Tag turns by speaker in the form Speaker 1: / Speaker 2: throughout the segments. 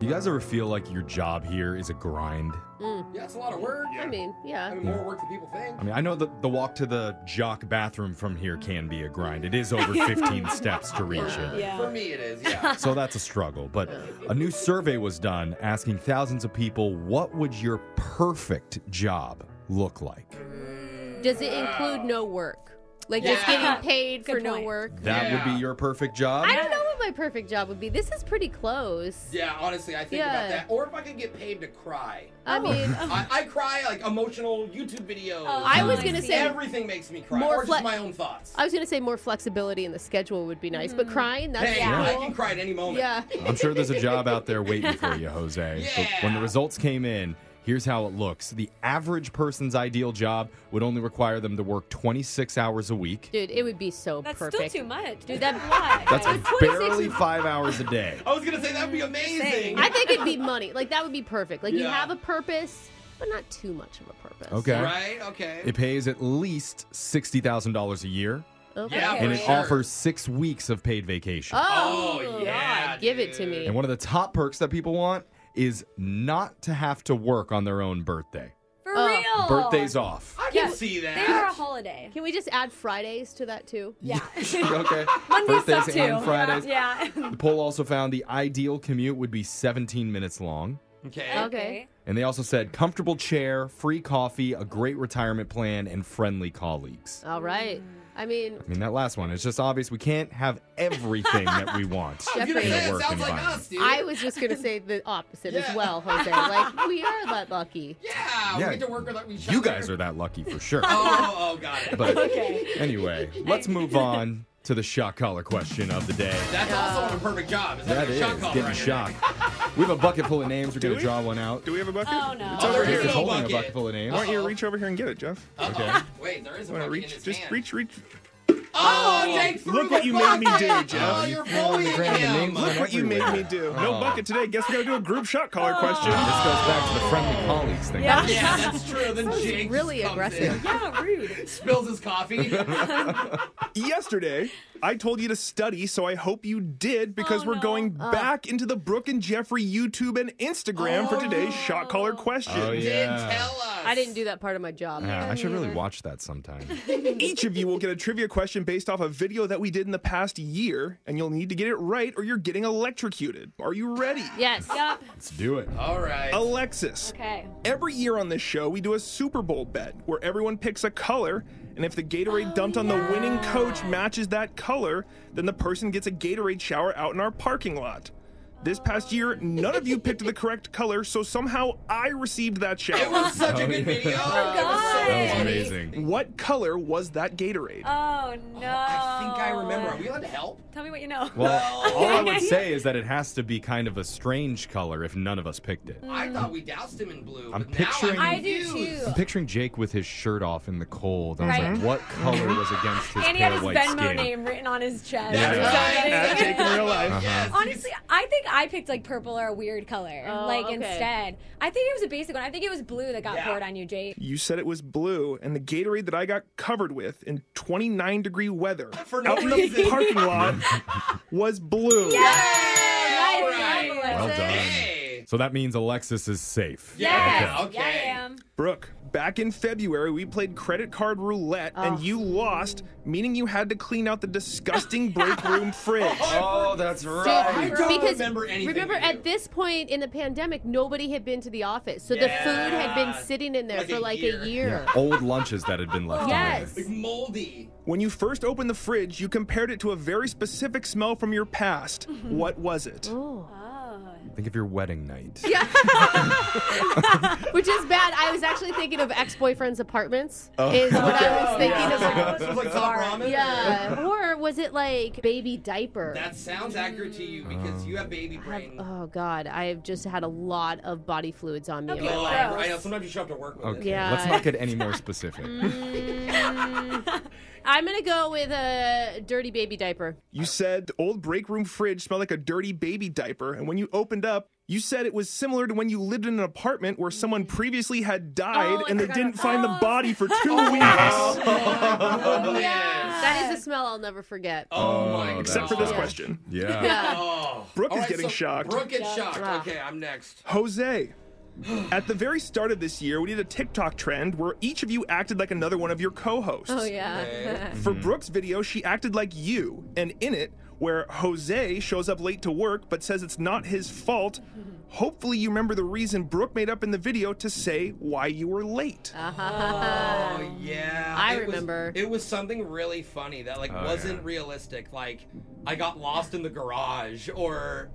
Speaker 1: You guys ever feel like your job here is a grind?
Speaker 2: Yeah, it's a lot of work.
Speaker 3: Yeah.
Speaker 2: I
Speaker 3: Mm. I
Speaker 2: mean,
Speaker 3: mean, yeah.
Speaker 2: more work than people think.
Speaker 1: I mean, I know that the walk to the jock bathroom from here can be a grind. It is over 15 steps to reach it.
Speaker 2: For
Speaker 4: Yeah.
Speaker 2: me, it is. Yeah.
Speaker 1: So that's a struggle. But a new survey was done asking thousands of people what would your perfect job look like?
Speaker 3: Does it include no work? Like just
Speaker 2: Yeah.
Speaker 3: getting paid for
Speaker 4: Good
Speaker 3: no
Speaker 4: point.
Speaker 3: work?
Speaker 1: That would
Speaker 2: Yeah.
Speaker 1: be your perfect job?
Speaker 3: I don't know what my perfect job would be. This is pretty close.
Speaker 2: yeah. Honestly, I think
Speaker 3: Yeah.
Speaker 2: about that. Or if I could get paid to cry.
Speaker 3: I mean, um,
Speaker 2: I, I cry like emotional YouTube videos.
Speaker 4: Oh,
Speaker 3: I was
Speaker 4: I
Speaker 3: gonna
Speaker 4: see.
Speaker 3: say
Speaker 2: everything makes me cry.
Speaker 3: more
Speaker 2: or just
Speaker 3: fle-
Speaker 2: my own thoughts.
Speaker 3: I was gonna say more flexibility in the schedule would be nice,
Speaker 4: Mm.
Speaker 3: but crying that's
Speaker 2: hey,
Speaker 4: Yeah.
Speaker 2: I
Speaker 3: cool.
Speaker 2: can cry at any moment.
Speaker 3: Yeah.
Speaker 1: I'm sure there's a job out there waiting for you, Jose. But when the
Speaker 2: Yeah.
Speaker 1: results came in, here's how it looks. The average person's ideal job would only require them to work 26 hours a week.
Speaker 3: Dude, it would be so
Speaker 4: That's
Speaker 3: perfect.
Speaker 4: still too much.
Speaker 3: Dude,
Speaker 4: Dude,
Speaker 3: that-
Speaker 4: that's a lot.
Speaker 1: That's
Speaker 4: guys.
Speaker 1: barely five hours a day.
Speaker 2: I was gonna say that'd be
Speaker 4: Mm,
Speaker 2: amazing.
Speaker 3: I think it'd be money. Like that would be perfect. Like you
Speaker 2: Yeah.
Speaker 3: have a purpose, but not too much of a purpose.
Speaker 1: Okay.
Speaker 2: Right? Okay.
Speaker 1: It pays at least $60,000 a year,
Speaker 3: Okay.
Speaker 2: yeah.
Speaker 1: and
Speaker 2: for
Speaker 1: it
Speaker 2: sure.
Speaker 1: offers six weeks of paid vacation.
Speaker 3: Oh,
Speaker 2: Oh, yeah,
Speaker 3: God, give it to
Speaker 2: dude.
Speaker 3: me.
Speaker 1: And one of the top perks that people want is not to have to work on their own birthday.
Speaker 4: For
Speaker 3: Oh.
Speaker 4: real.
Speaker 1: Birthdays off.
Speaker 2: I can
Speaker 4: Yeah.
Speaker 2: see that.
Speaker 4: They are a holiday.
Speaker 3: Can we just add Fridays to that too?
Speaker 4: Yeah.
Speaker 1: okay.
Speaker 4: Mondays
Speaker 1: Birthdays
Speaker 4: suck too.
Speaker 1: and Fridays.
Speaker 4: Yeah.
Speaker 1: The poll also found the ideal commute would be 17 minutes long.
Speaker 2: Okay.
Speaker 3: Okay.
Speaker 1: And they also said comfortable chair, free coffee, a great retirement plan, and friendly colleagues.
Speaker 3: All right. I mean,
Speaker 1: I mean, that last one, it's just obvious we can't have everything that we want.
Speaker 2: I was
Speaker 3: Jeffrey.
Speaker 2: gonna say,
Speaker 1: In a
Speaker 2: it
Speaker 1: work
Speaker 2: sounds like
Speaker 1: environment.
Speaker 2: us, dude.
Speaker 3: I was just gonna say the opposite
Speaker 2: Yeah.
Speaker 3: as well, Jose. Like we are that lucky.
Speaker 2: Yeah,
Speaker 1: Yeah.
Speaker 2: we get to work with each other.
Speaker 1: You guys are that lucky for sure.
Speaker 2: Oh, oh, got it.
Speaker 1: But
Speaker 4: Okay.
Speaker 1: anyway, let's move on to the shock collar question of the day.
Speaker 2: That's also a perfect job. Is that,
Speaker 1: That
Speaker 2: a
Speaker 1: is
Speaker 2: shock collar
Speaker 1: getting
Speaker 2: right there?
Speaker 1: shocked. We have a bucket full of names. We're going to
Speaker 5: we?
Speaker 1: draw one out.
Speaker 5: Do we have a bucket?
Speaker 4: Oh no.
Speaker 5: It's over
Speaker 2: there
Speaker 1: Chris
Speaker 5: here.
Speaker 2: is
Speaker 1: is
Speaker 2: no
Speaker 1: holding a
Speaker 2: bucket. Oh,
Speaker 1: bucket full of names.
Speaker 5: Why don't you reach over here and get it, Jeff?
Speaker 1: Okay.
Speaker 2: Wait, there is a
Speaker 5: Want to
Speaker 2: bucket in
Speaker 5: reach?
Speaker 2: his
Speaker 5: Just
Speaker 2: hand.
Speaker 5: reach, reach.
Speaker 2: Oh, Jake threw
Speaker 5: Look
Speaker 2: the
Speaker 5: what you made me do,
Speaker 2: bucket!
Speaker 5: Jeff.
Speaker 2: Oh,
Speaker 5: You
Speaker 2: you're
Speaker 1: found the
Speaker 2: bullying
Speaker 1: grand
Speaker 2: him.
Speaker 1: enigma.
Speaker 5: Look what you made
Speaker 1: Everywhere.
Speaker 5: me do. No
Speaker 1: Oh.
Speaker 5: bucket today. Guess we gotta do a group shot collar question.
Speaker 1: This goes back to the friendly colleagues thing.
Speaker 4: Yeah.
Speaker 2: Yeah, that's true. Then
Speaker 3: Sounds
Speaker 2: Jake
Speaker 3: really
Speaker 2: just comes
Speaker 3: aggressive.
Speaker 2: in,
Speaker 4: Yeah, rude.
Speaker 2: spills his coffee.
Speaker 5: Yesterday, I told you to study, so I hope you did because
Speaker 4: Oh,
Speaker 5: we're
Speaker 4: no.
Speaker 5: going back into the Brooke and Jeffrey YouTube and Instagram for today's shot collar question.
Speaker 1: Oh, yeah.
Speaker 2: Didn't tell us.
Speaker 3: I didn't do that part of my job.
Speaker 1: Yeah, Uh, I should really watch that sometime.
Speaker 5: Each of you will get a trivia question based off a video that we did in the past year, and you'll need to get it right or you're getting electrocuted. Are you ready?
Speaker 3: Yes.
Speaker 4: Yup.
Speaker 1: Let's do it.
Speaker 2: All right.
Speaker 5: Alexis,
Speaker 4: Okay.
Speaker 5: Every year on this show, we do a Super Bowl bet where everyone picks a color, and if the Gatorade dumped on the winning coach matches that color, then the person gets a Gatorade shower out in our parking lot. This past year, none of you picked the correct color, so somehow I received that
Speaker 2: It
Speaker 5: shower.
Speaker 2: was such a good video. It was so
Speaker 4: God.
Speaker 1: That was
Speaker 2: funny.
Speaker 1: amazing.
Speaker 5: What color was that Gatorade?
Speaker 4: Oh no.
Speaker 2: I think I remember. Are we allowed to help?
Speaker 4: Tell me what you know.
Speaker 1: Well, all I would say is that it has to be kind of a strange color if none of us picked it.
Speaker 2: I thought we doused him in blue.
Speaker 1: I'm
Speaker 2: but
Speaker 1: picturing-
Speaker 2: Now I'm
Speaker 4: I do
Speaker 2: confused.
Speaker 4: too.
Speaker 1: I'm picturing Jake with his shirt off in the cold. I was
Speaker 4: Right.
Speaker 1: like, what color was against his
Speaker 4: and he had
Speaker 1: pale
Speaker 4: his
Speaker 1: white
Speaker 4: Venmo
Speaker 1: skin?
Speaker 4: name written on his chest.
Speaker 1: Yeah.
Speaker 4: So
Speaker 2: Right.
Speaker 4: that
Speaker 5: At
Speaker 4: is-
Speaker 5: Jake in real life.
Speaker 1: Uh-huh.
Speaker 2: Yes.
Speaker 4: Honestly, I think I picked like purple or a weird color.
Speaker 3: Oh,
Speaker 4: like
Speaker 3: okay.
Speaker 4: instead, I think it was a basic one. I think it was blue that got
Speaker 2: Yeah.
Speaker 4: poured on you, Jake.
Speaker 5: You said it was blue, and the Gatorade that I got covered with in 29 degree weather
Speaker 2: For no
Speaker 5: out in the
Speaker 2: reason.
Speaker 5: parking lot was blue.
Speaker 2: Hey, all
Speaker 4: Nice
Speaker 2: right.
Speaker 4: job, Well
Speaker 1: Alexis. done.
Speaker 2: Hey.
Speaker 1: So that means Alexis is safe.
Speaker 2: Yeah,
Speaker 4: Yes.
Speaker 2: okay.
Speaker 4: Yeah, I am.
Speaker 5: Brooke, back in February, we played credit card roulette
Speaker 2: Oh.
Speaker 5: and you lost, meaning you had to clean out the disgusting break room fridge.
Speaker 1: Oh, that's
Speaker 2: I don't
Speaker 3: because
Speaker 2: remember anything
Speaker 3: remember
Speaker 2: we do.
Speaker 3: at this point in the pandemic, nobody had been to the office, so the
Speaker 2: Yeah.
Speaker 3: food had been sitting in there
Speaker 2: Like
Speaker 3: for
Speaker 2: a
Speaker 3: like
Speaker 2: year.
Speaker 3: a year.
Speaker 1: Old lunches that had been left
Speaker 3: Yes.
Speaker 2: Like moldy.
Speaker 5: When you first opened the fridge, you compared it to a very specific smell from your past.
Speaker 2: Mm-hmm.
Speaker 5: What was it?
Speaker 4: Oh.
Speaker 1: on there. Think of your wedding night.
Speaker 3: Yeah. Which is bad. I was actually thinking of ex-boyfriend's apartments. Is what I was thinking
Speaker 2: Oh. yeah.
Speaker 3: of.
Speaker 2: It was like top ramen.
Speaker 3: Yeah. Or was it like baby diaper?
Speaker 2: That sounds accurate to you because you have baby brain.
Speaker 3: oh God, I have just had a lot of body fluids on me. in my
Speaker 2: Oh,
Speaker 3: life.
Speaker 2: I know. Sometimes you should have to work with
Speaker 1: Okay,
Speaker 2: it.
Speaker 3: Yeah.
Speaker 1: let's not get any more specific.
Speaker 3: I'm gonna go with a dirty baby diaper.
Speaker 5: You said the old break room fridge smelled like a dirty baby diaper, and when you opened up, You said it was similar to when you lived in an apartment where someone
Speaker 2: Mm-hmm.
Speaker 5: previously had
Speaker 2: Oh,
Speaker 5: died and they didn't find the body for two weeks.
Speaker 3: That is a smell I'll never forget.
Speaker 2: Oh my god.
Speaker 5: Except for this question.
Speaker 1: Yeah.
Speaker 2: Oh.
Speaker 5: Brooke
Speaker 2: All
Speaker 5: is
Speaker 2: right,
Speaker 5: getting
Speaker 2: so
Speaker 5: shocked.
Speaker 2: Brooke gets shocked.
Speaker 3: Wow.
Speaker 2: Okay, I'm next.
Speaker 5: Jose. At the very start of this year, we did a TikTok trend where each of you acted like another one of your co hosts.
Speaker 4: Oh yeah.
Speaker 5: For Brooke's video, she acted like you, and in it, where Jose shows up late to work but says it's not his fault,
Speaker 4: Mm-hmm.
Speaker 5: hopefully you remember the reason Brooke made up in the video to say why you were late.
Speaker 2: Oh yeah,
Speaker 3: I
Speaker 2: It was-
Speaker 3: remember.
Speaker 2: it was something really funny that
Speaker 1: Oh,
Speaker 2: like wasn't realistic. Like I got lost in the garage, or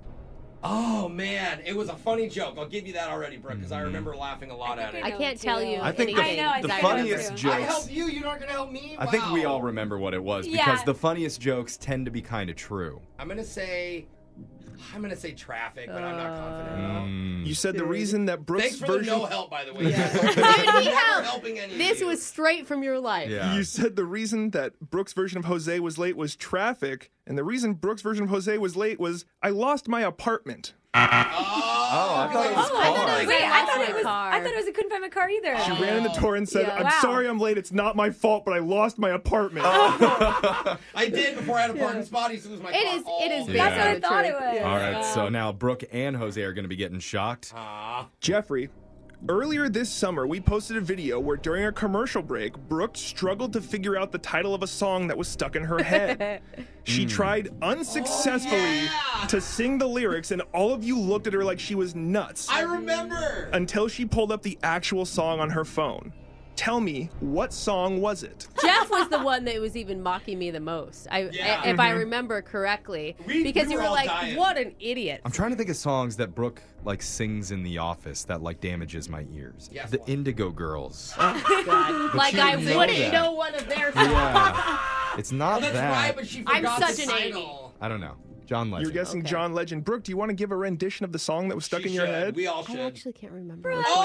Speaker 2: oh man, it was a funny joke. I'll give you that already, Brooke, because I remember laughing a lot at
Speaker 4: think
Speaker 2: it.
Speaker 3: I
Speaker 4: know
Speaker 3: can't
Speaker 4: it
Speaker 3: tell
Speaker 4: too.
Speaker 3: you.
Speaker 1: Mm-hmm. I think the,
Speaker 3: anything.
Speaker 4: I know,
Speaker 1: the
Speaker 4: I know
Speaker 1: funniest
Speaker 4: too.
Speaker 2: I
Speaker 1: jokes.
Speaker 2: helped you. You're not gonna help me.
Speaker 1: I think we
Speaker 2: Wow.
Speaker 1: all remember what it was
Speaker 4: Yeah.
Speaker 1: because the funniest jokes tend to be kind of true.
Speaker 2: I'm gonna say, I'm gonna say traffic, but I'm not confident.
Speaker 1: Uh,
Speaker 2: At all.
Speaker 1: Mm.
Speaker 5: You said the reason that Brooke's
Speaker 2: Thanks for the
Speaker 5: version
Speaker 2: no help, by the way.
Speaker 3: Dude, he
Speaker 2: Never
Speaker 3: helped.
Speaker 2: helping any of
Speaker 3: This
Speaker 2: you.
Speaker 3: was straight from your life.
Speaker 1: Yeah.
Speaker 5: You said the reason that Brooks' version of Jose was late was traffic, and the reason Brooks' version of Jose was late was I lost my apartment.
Speaker 1: Oh, I thought it was
Speaker 4: Oh, I thought it was.
Speaker 1: hard.
Speaker 4: Wait, I
Speaker 3: Lost
Speaker 4: thought
Speaker 3: my
Speaker 4: it was.
Speaker 3: car.
Speaker 4: I thought it was. I couldn't find my car either.
Speaker 5: She ran into Tor and said,
Speaker 3: Yeah.
Speaker 5: "I'm
Speaker 4: Wow.
Speaker 5: sorry, I'm late. It's not my fault, but I lost my apartment."
Speaker 2: Oh. I did before I had a parking spot. I used to lose my
Speaker 3: It
Speaker 2: car
Speaker 3: is-
Speaker 2: all
Speaker 3: it is
Speaker 2: the
Speaker 1: Yeah.
Speaker 4: That's what I
Speaker 3: Yeah.
Speaker 4: thought it was.
Speaker 1: All right, so now Brooke and Jose are going to be getting shocked.
Speaker 2: Aw.
Speaker 5: Jeffrey, earlier this summer, we posted a video where during a commercial break, Brooke struggled to figure out the title of a song that was stuck in her head.
Speaker 2: Hmm.
Speaker 5: she tried unsuccessfully
Speaker 2: Oh, yeah!
Speaker 5: to sing the lyrics, and all of you looked at her like she was nuts.
Speaker 2: I remember.
Speaker 5: until she pulled up the actual song on her phone. Tell me, what song was it?
Speaker 3: Jeff was the one that was even mocking me the most. I,
Speaker 2: Yeah.
Speaker 3: if I remember correctly,
Speaker 2: We-
Speaker 3: because
Speaker 2: we
Speaker 3: you
Speaker 2: were
Speaker 3: were
Speaker 2: all
Speaker 3: like,
Speaker 2: dying.
Speaker 3: "What an idiot!"
Speaker 1: I'm trying to think of songs that Brooke like sings in the office that like damages my ears.
Speaker 2: Yes,
Speaker 1: the
Speaker 2: what?
Speaker 1: Indigo Girls.
Speaker 3: God. like
Speaker 1: you
Speaker 3: I
Speaker 1: didn't know
Speaker 3: wouldn't
Speaker 1: that.
Speaker 3: know one of their.
Speaker 1: yeah. It's not
Speaker 2: Oh, that's
Speaker 1: that.
Speaker 2: right, but she
Speaker 3: I'm
Speaker 2: forgot
Speaker 3: such
Speaker 2: the
Speaker 3: an
Speaker 2: title.
Speaker 1: I don't know. John Legend.
Speaker 5: You're guessing
Speaker 3: Okay.
Speaker 5: John Legend. Brooke, do you want to give a rendition of the song that was stuck
Speaker 2: She
Speaker 5: in your
Speaker 2: should.
Speaker 5: head?
Speaker 2: We all
Speaker 3: I
Speaker 2: should.
Speaker 3: actually can't remember. which one it was.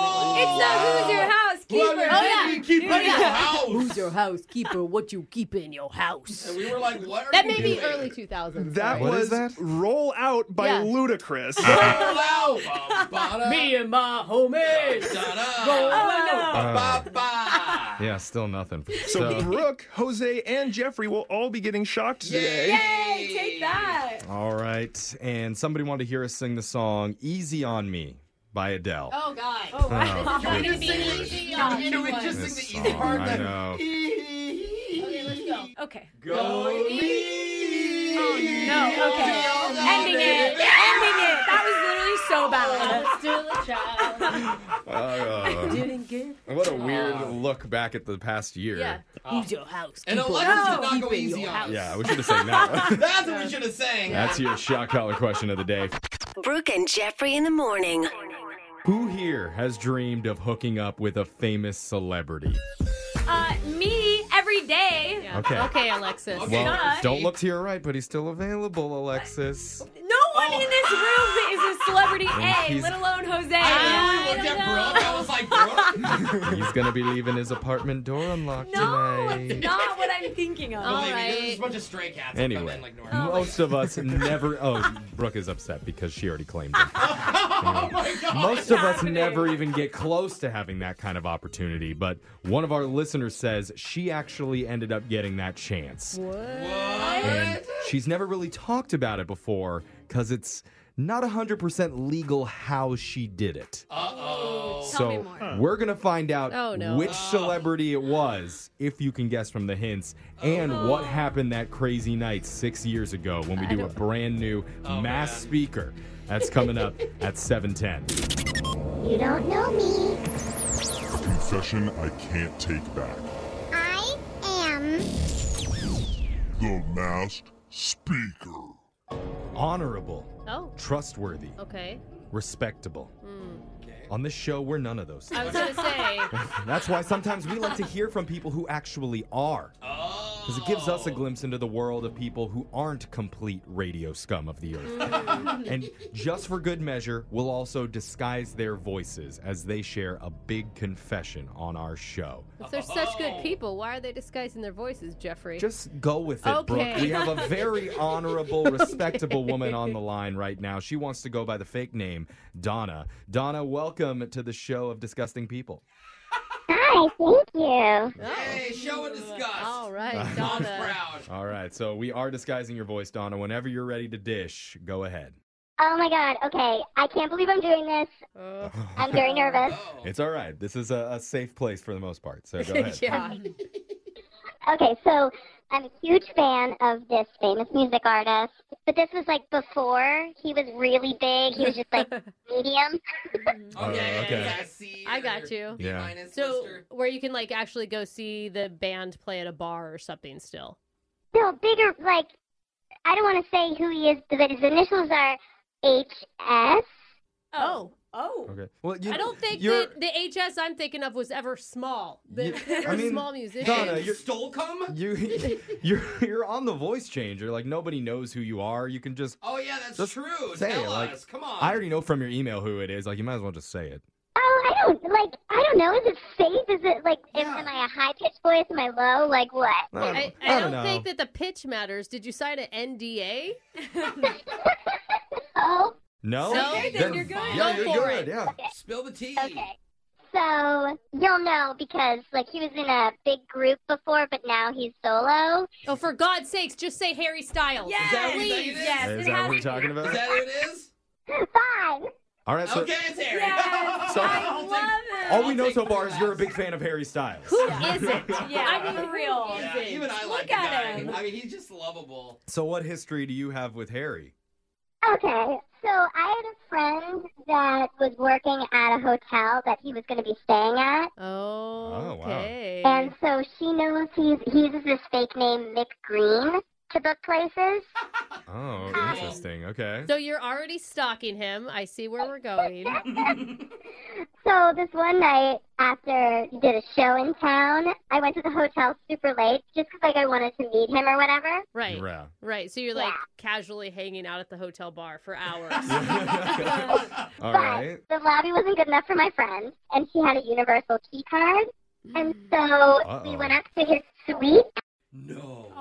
Speaker 4: It's not who's your
Speaker 2: Oh,
Speaker 4: house,
Speaker 2: Well, I
Speaker 4: keeper.
Speaker 2: mean,
Speaker 3: yeah.
Speaker 2: maybe keep
Speaker 3: Oh,
Speaker 2: it in
Speaker 3: yeah.
Speaker 2: your house.
Speaker 3: Who's your housekeeper? What you keep in your house?
Speaker 2: And we were like, what are
Speaker 3: That
Speaker 2: you
Speaker 3: may be
Speaker 2: doing?
Speaker 3: early 2000s.
Speaker 5: that
Speaker 1: What
Speaker 5: was
Speaker 1: is that? Uh,
Speaker 5: Roll Out by
Speaker 3: Yeah.
Speaker 5: Ludacris.
Speaker 2: Hello, ba-ba-da,
Speaker 3: and my homies.
Speaker 2: da-da, ba-ba.
Speaker 1: Yeah, still nothing.
Speaker 5: so Brooke, Jose, and Jeffrey will all be getting shocked today.
Speaker 4: Yay, take that.
Speaker 1: all right, and somebody wanted to hear us sing the song "Easy on Me" by Adele.
Speaker 3: Oh God.
Speaker 4: Oh, wow.
Speaker 1: Oh,
Speaker 2: Can we
Speaker 1: goodness.
Speaker 2: just sing the easy? Can we just
Speaker 1: This
Speaker 2: sing the easy
Speaker 1: song,
Speaker 2: part?
Speaker 1: I
Speaker 2: then?
Speaker 1: know.
Speaker 2: Okay, let's go.
Speaker 4: Okay. Oh,
Speaker 2: Go easy.
Speaker 4: No, okay. Ending it. Ending it. That was literally so bad.
Speaker 3: Still a child.
Speaker 1: Uh,
Speaker 3: Didn't get.
Speaker 1: what a weird look back at the past year.
Speaker 3: Yeah. Who's your house?
Speaker 2: Oh. And Alexis did not go easy on us.
Speaker 1: Yeah, we should have sang that.
Speaker 2: That's what we should have sang.
Speaker 1: That's your shock collar question of the day.
Speaker 6: Brooke and Jeffrey in the morning.
Speaker 1: Who here has dreamed of hooking up with a famous celebrity?
Speaker 4: Uh, me every day.
Speaker 1: Okay.
Speaker 3: Okay, Alexis.
Speaker 2: Okay.
Speaker 1: Well,
Speaker 4: Not.
Speaker 1: don't look to your right, but he's still available, Alexis.
Speaker 4: No one in this room is a celebrity A,
Speaker 1: he's-
Speaker 4: let alone Jose.
Speaker 2: I looked at Brooke. I was like, Brooke.
Speaker 1: He's gonna be leaving his apartment door unlocked
Speaker 4: No, it's
Speaker 1: tonight.
Speaker 4: not what I'm thinking of.
Speaker 3: All
Speaker 2: Believe me,
Speaker 3: right.
Speaker 2: There's a bunch of stray cats. that come
Speaker 1: Anyway,
Speaker 2: in like normal.
Speaker 1: most of us never. Oh, Brooke is upset because she already claimed him.
Speaker 2: Oh my god.
Speaker 1: Most of us never even get close to having that kind of opportunity, but one of our listeners says she actually ended up getting that chance. And she's never really talked about it before because it's not 100% legal how she did it.
Speaker 2: Uh oh.
Speaker 1: so
Speaker 4: me more.
Speaker 1: we're going to find out
Speaker 3: Oh, no.
Speaker 1: which celebrity it was, if you can guess from the hints, and
Speaker 3: Oh.
Speaker 1: what happened that crazy night six years ago when we do a brand new mass
Speaker 2: man.
Speaker 1: speaker. That's coming up at 710. uh,
Speaker 7: You don't know me.
Speaker 8: A confession I can't take back.
Speaker 7: I am.
Speaker 8: The masked speaker.
Speaker 1: honorable,
Speaker 3: Oh.
Speaker 1: trustworthy,
Speaker 3: Okay. Hmm.
Speaker 1: respectable. On this show, we're none of those
Speaker 3: I
Speaker 1: things.
Speaker 3: was gonna say.
Speaker 1: That's why sometimes we like to hear from people who actually are.
Speaker 2: Oh.
Speaker 1: because it gives us a glimpse into the world of people who aren't complete radio scum of the earth. and just for good measure, we'll also disguise their voices as they share a big confession on our show.
Speaker 3: If they're such
Speaker 2: Oh.
Speaker 3: good people, why are they disguising their voices, Jeffrey?
Speaker 1: Just go with it, Brooke.
Speaker 3: Okay.
Speaker 1: We have a very honorable, respectable woman on the line right now. She wants to go by the fake name, Donna. Donna, welcome to the show of Disgusting People.
Speaker 7: Hi, thank you.
Speaker 2: Hey, show and discuss.
Speaker 3: All right,
Speaker 2: I'm
Speaker 3: Donna.
Speaker 2: proud.
Speaker 1: All right, so we are disguising your voice, Donna. Whenever you're ready to dish, go ahead.
Speaker 7: Oh my god, okay. I can't believe I'm doing this.
Speaker 3: Uh,
Speaker 7: I'm very nervous.
Speaker 2: Oh.
Speaker 1: It's all right. This is a, a safe place for the most part, so go ahead.
Speaker 3: yeah.
Speaker 7: Okay, so I'm a huge fan of this famous music artist, but this was like before he was really big. He was just like medium.
Speaker 1: Uh,
Speaker 2: okay,
Speaker 1: okay.
Speaker 2: yeah, see,
Speaker 3: I got
Speaker 2: or
Speaker 3: you.
Speaker 2: B
Speaker 1: Yeah.
Speaker 2: minus,
Speaker 3: So
Speaker 2: mister.
Speaker 3: where you can like actually go see the band play at a bar or something still.
Speaker 7: No, bigger, like, I don't want to say who he is, but his initials are HS.
Speaker 3: Oh.
Speaker 4: Oh.
Speaker 1: Okay. Well, you,
Speaker 3: I don't think
Speaker 1: you're-
Speaker 3: that the HS I'm thinking of was ever small. The,
Speaker 1: You-
Speaker 3: they were
Speaker 1: I mean,
Speaker 3: small musicians.
Speaker 1: Donna,
Speaker 2: Hey,
Speaker 1: you're-
Speaker 2: Stolcom?
Speaker 1: you you're you're on the voice changer. Like nobody knows who you are. You can just.
Speaker 2: Oh yeah, that's
Speaker 1: Just
Speaker 2: true.
Speaker 1: say
Speaker 2: Tell
Speaker 1: it, like,
Speaker 2: us. Come on.
Speaker 1: I already know from your email who it is. Like you might as well just say it.
Speaker 7: Oh, I don't, like, I don't know. Is it safe? Is it, like, am,
Speaker 2: Yeah.
Speaker 7: am I a high pitched voice? Am I low? Like, what?
Speaker 3: I, I don't, think that the pitch matters. Did you sign an NDA?
Speaker 7: Oh,
Speaker 1: No.
Speaker 3: No, then
Speaker 4: you're good.
Speaker 1: Yeah,
Speaker 3: Go
Speaker 1: you're
Speaker 3: for
Speaker 1: good.
Speaker 3: it.
Speaker 1: Yeah.
Speaker 2: Spill the tea.
Speaker 7: okay. So, you'll know because, like, he was in a big group before, but now he's solo.
Speaker 3: Oh, for God's sakes, just say Harry Styles.
Speaker 4: Yes.
Speaker 2: that what
Speaker 4: please.
Speaker 2: you think it is?
Speaker 4: Yes.
Speaker 1: Is
Speaker 4: it
Speaker 1: that what we're
Speaker 4: has-
Speaker 1: talking
Speaker 2: Is
Speaker 1: about?
Speaker 2: that who it is?
Speaker 7: Fine.
Speaker 1: All right. So
Speaker 2: Okay, it's Harry.
Speaker 4: Yes.
Speaker 1: So-
Speaker 4: I
Speaker 2: I'll take-
Speaker 4: love it.
Speaker 1: all we know
Speaker 2: take
Speaker 1: so
Speaker 2: the
Speaker 1: far is you're a
Speaker 2: rest.
Speaker 1: big fan of Harry Styles.
Speaker 3: Who is it?
Speaker 4: Yeah,
Speaker 3: I mean,
Speaker 4: for real.
Speaker 3: who is
Speaker 2: Yeah,
Speaker 3: it?
Speaker 2: even I like
Speaker 4: Look
Speaker 2: the
Speaker 4: at
Speaker 2: guy.
Speaker 4: him.
Speaker 2: I mean, he's just lovable.
Speaker 1: So what history do you have with Harry?
Speaker 7: Okay, so I had a friend that was working at a hotel that he was going to be staying at,
Speaker 3: Oh,
Speaker 1: wow.
Speaker 3: okay.
Speaker 7: and so she knows he's he uses this fake name Mick Green to book places.
Speaker 1: Oh,
Speaker 7: Hi.
Speaker 1: interesting. Okay.
Speaker 3: So you're already stalking him. I see where we're going.
Speaker 7: So this one night after he did a show in town, I went to the hotel super late just 'cause like I wanted to meet him or whatever.
Speaker 3: Right.
Speaker 1: Yeah.
Speaker 3: Right. So you're like
Speaker 7: Yeah.
Speaker 3: casually hanging out at the hotel bar for hours.
Speaker 1: All
Speaker 7: but
Speaker 1: right.
Speaker 7: the lobby wasn't good enough for my friend, and she had a universal key card, and so we
Speaker 1: Uh-oh.
Speaker 7: went up to his suite,
Speaker 2: No.